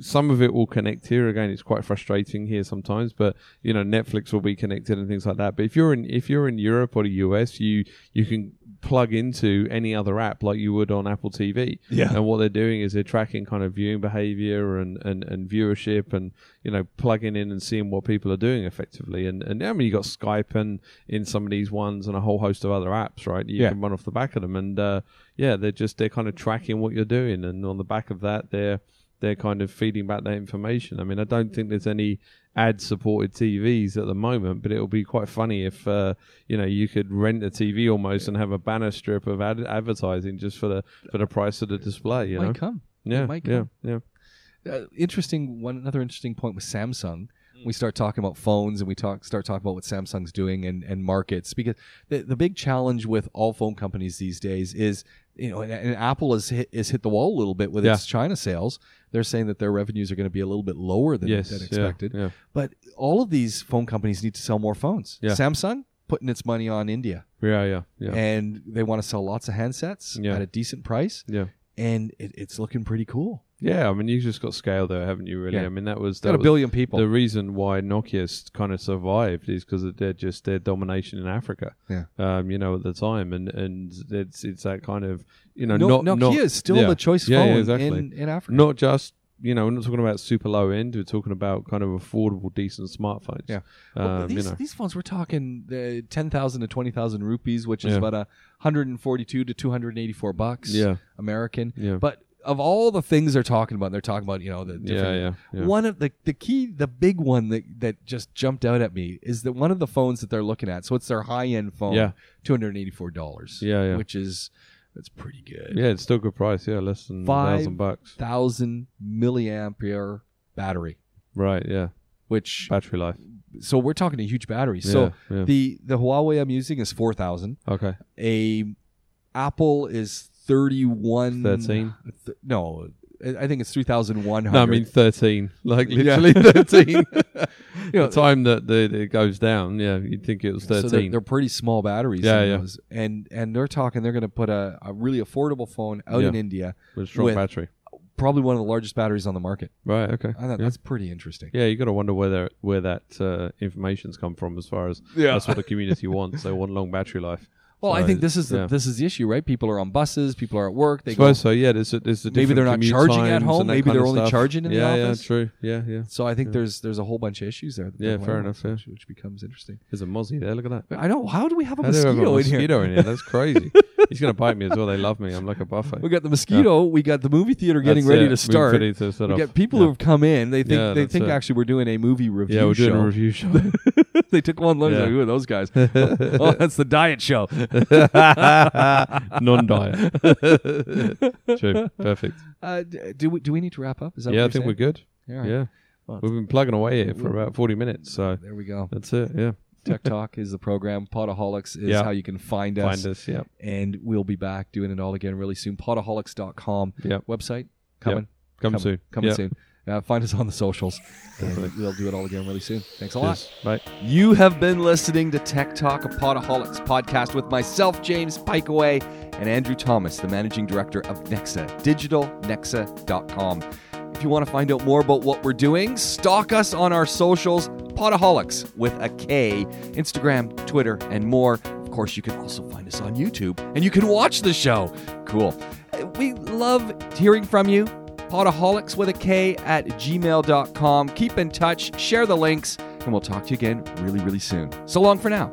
B: some of it will connect here. Again, it's quite frustrating here sometimes. But you know, Netflix will be connected and things like that. But if you're in if you're in Europe or the US, you you can plug into any other app like you would on Apple TV.
A: Yeah.
B: And what they're doing is they're tracking kind of viewing behavior and, and, and viewership and, you know, plugging in and seeing what people are doing effectively. And, and I mean, you got Skype and in some of these ones and a whole host of other apps, right? You
A: Yeah.
B: can run off the back of them. And, uh, yeah, they're just, they're kind of tracking what you're doing. And on the back of that, they're, they're kind of feeding back that information. I mean, I don't think there's any ad supported TVs at the moment, but it'll be quite funny if uh, you know you could rent a TV almost and have a banner strip of ad- advertising just for the for the price of the display. You
A: might
B: know,
A: come.
B: yeah,
A: might
B: yeah,
A: come.
B: yeah,
A: Uh, interesting. One another interesting point with Samsung.
B: Hmm.
A: We start talking about phones and we talk start talking about what Samsung's doing and, and markets because the, the big challenge with all phone companies these days is you know and, and Apple has hit, has hit the wall a little bit with
B: Yeah.
A: its China sales. They're saying that their revenues are going to be a little bit lower than,
B: yes,
A: than
B: yeah,
A: expected.
B: Yeah,
A: But all of these phone companies need to sell more phones.
B: Yeah.
A: Samsung putting its money on India
B: yeah, yeah, yeah,
A: and they want to sell lots of handsets
B: Yeah.
A: at a decent price
B: yeah.
A: and it, it's looking pretty cool.
B: Yeah, I mean, you've just got scale there, haven't you? Really,
A: Yeah.
B: I mean, that was that
A: Got a
B: was-
A: billion people.
B: The reason why Nokia's kind of survived is because of their just their domination in Africa.
A: Yeah.
B: Um, you know, at the time, and and it's it's that kind of you know
A: No,
B: not
A: Nokia
B: not,
A: is still
B: yeah.
A: the choice
B: Yeah,
A: phone
B: yeah, exactly.
A: in, in Africa.
B: not just you know, we're not talking about super low end. We're talking about kind of affordable, decent smartphones.
A: Yeah.
B: um,
A: Well, these,
B: you know,
A: these phones, we're talking the 10,000 to 20,000 rupees, which is
B: Yeah.
A: about a 142 to 284 bucks
B: yeah,
A: American.
B: yeah,
A: But of all the things they're talking about, they're talking about, you know, the
B: yeah,
A: different.
B: yeah, yeah.
A: One of the, the key, the big one that, that just jumped out at me is that one of the phones that they're looking at, so it's their high end phone,
B: Yeah.
A: $284,
B: Yeah, yeah.
A: which is, that's pretty good.
B: yeah, it's still good price. Yeah, less than
A: Five-
B: thousand bucks.
A: 1,000 milliampere battery,
B: Right. Yeah,
A: which,
B: battery life.
A: so we're talking a huge battery. So,
B: yeah, yeah.
A: The the Huawei I'm using is four thousand.
B: okay,
A: A Apple is thirty one.
B: thirteen.
A: Th- no, I think it's 3,100.
B: No, I mean 13. Like
A: Yeah.
B: literally 13.
A: You know,
B: the time that the, it goes down, yeah, you'd think it was
A: so they're,
B: 13.
A: they're pretty small batteries.
B: Yeah,
A: in
B: yeah.
A: those. And and they're talking they're going to put a, a really affordable phone out
B: Yeah.
A: in India,
B: with a strong
A: with-
B: battery.
A: probably one of the largest batteries on the market.
B: Right, okay.
A: I thought
B: yeah.
A: that's pretty interesting.
B: yeah, you got to wonder where, that- where that uh, information's come from as far as that's what the community wants. They want long battery life.
A: Well, I
B: So,
A: think this is the,
B: yeah.
A: this is the issue, right? People are on buses, people are at work. They go,
B: suppose so, yeah. There's a, there's a
A: Maybe they're
B: different
A: not
B: commute
A: charging at
B: times
A: home,
B: and that
A: maybe
B: kind
A: they're
B: of
A: only
B: stuff.
A: charging in the
B: yeah,
A: office.
B: Yeah, true. Yeah, yeah.
A: so I think
B: Yeah.
A: there's there's a whole bunch of issues there. that
B: Yeah,
A: they're
B: fair
A: aware
B: enough,
A: of,
B: yeah.
A: Which, which becomes interesting.
B: There's a mozzie there. Look at that.
A: I know. How do we have a
B: How do I have
A: mosquito, in here?
B: mosquito in here. That's crazy. He's going to bite me as well. They love me. I'm like a buffet.
A: We got the mosquito. We got the movie theater getting
B: That's
A: ready
B: it.
A: to
B: We
A: start.
B: ready to set
A: We
B: off.
A: got people
B: yeah.
A: who've come in. They think
B: Yeah,
A: they
B: that's
A: think
B: it.
A: actually we're doing a movie review.
B: Yeah, we're doing
A: show.
B: a review show.
A: they took one look.
B: Yeah.
A: Like, Who are those guys? oh, that's the diet show.
B: Non-diet. True. Perfect.
A: Uh, d- do we do we need to wrap up? Is that
B: Yeah, I
A: What
B: think we're
A: you're
B: good.
A: saying? All right.
B: Yeah.
A: Well,
B: We've been plugging away here for about 40 minutes, so
A: There we go.
B: that's it. Yeah.
A: Tech Talk is the program. Podaholics is
B: Yeah.
A: how you can find us,
B: Find us. Yeah.
A: and we'll be back doing it all again really soon. Podaholics.com
B: Yeah.
A: website coming
B: Come soon.
A: coming
B: yeah.
A: soon. Uh, find us on the socials. and
B: Definitely.
A: we'll do it all again really soon. Thanks a lot.
B: Cheers. Bye.
A: You have been listening to Tech Talk, a Podaholics podcast with myself, James Pikeaway, and Andrew Thomas, the managing director of Nexa, digitalnexa.com. If you want to find out more about what we're doing, stalk us on our socials, Podaholics with a K, Instagram, Twitter, and more. Of course, you can also find us on YouTube, and you can watch the show. Cool. Uh, We love hearing from you. Podaholics with a K at gmail.com. Keep in touch, share the links, and we'll talk to you again really, really soon. So long for now.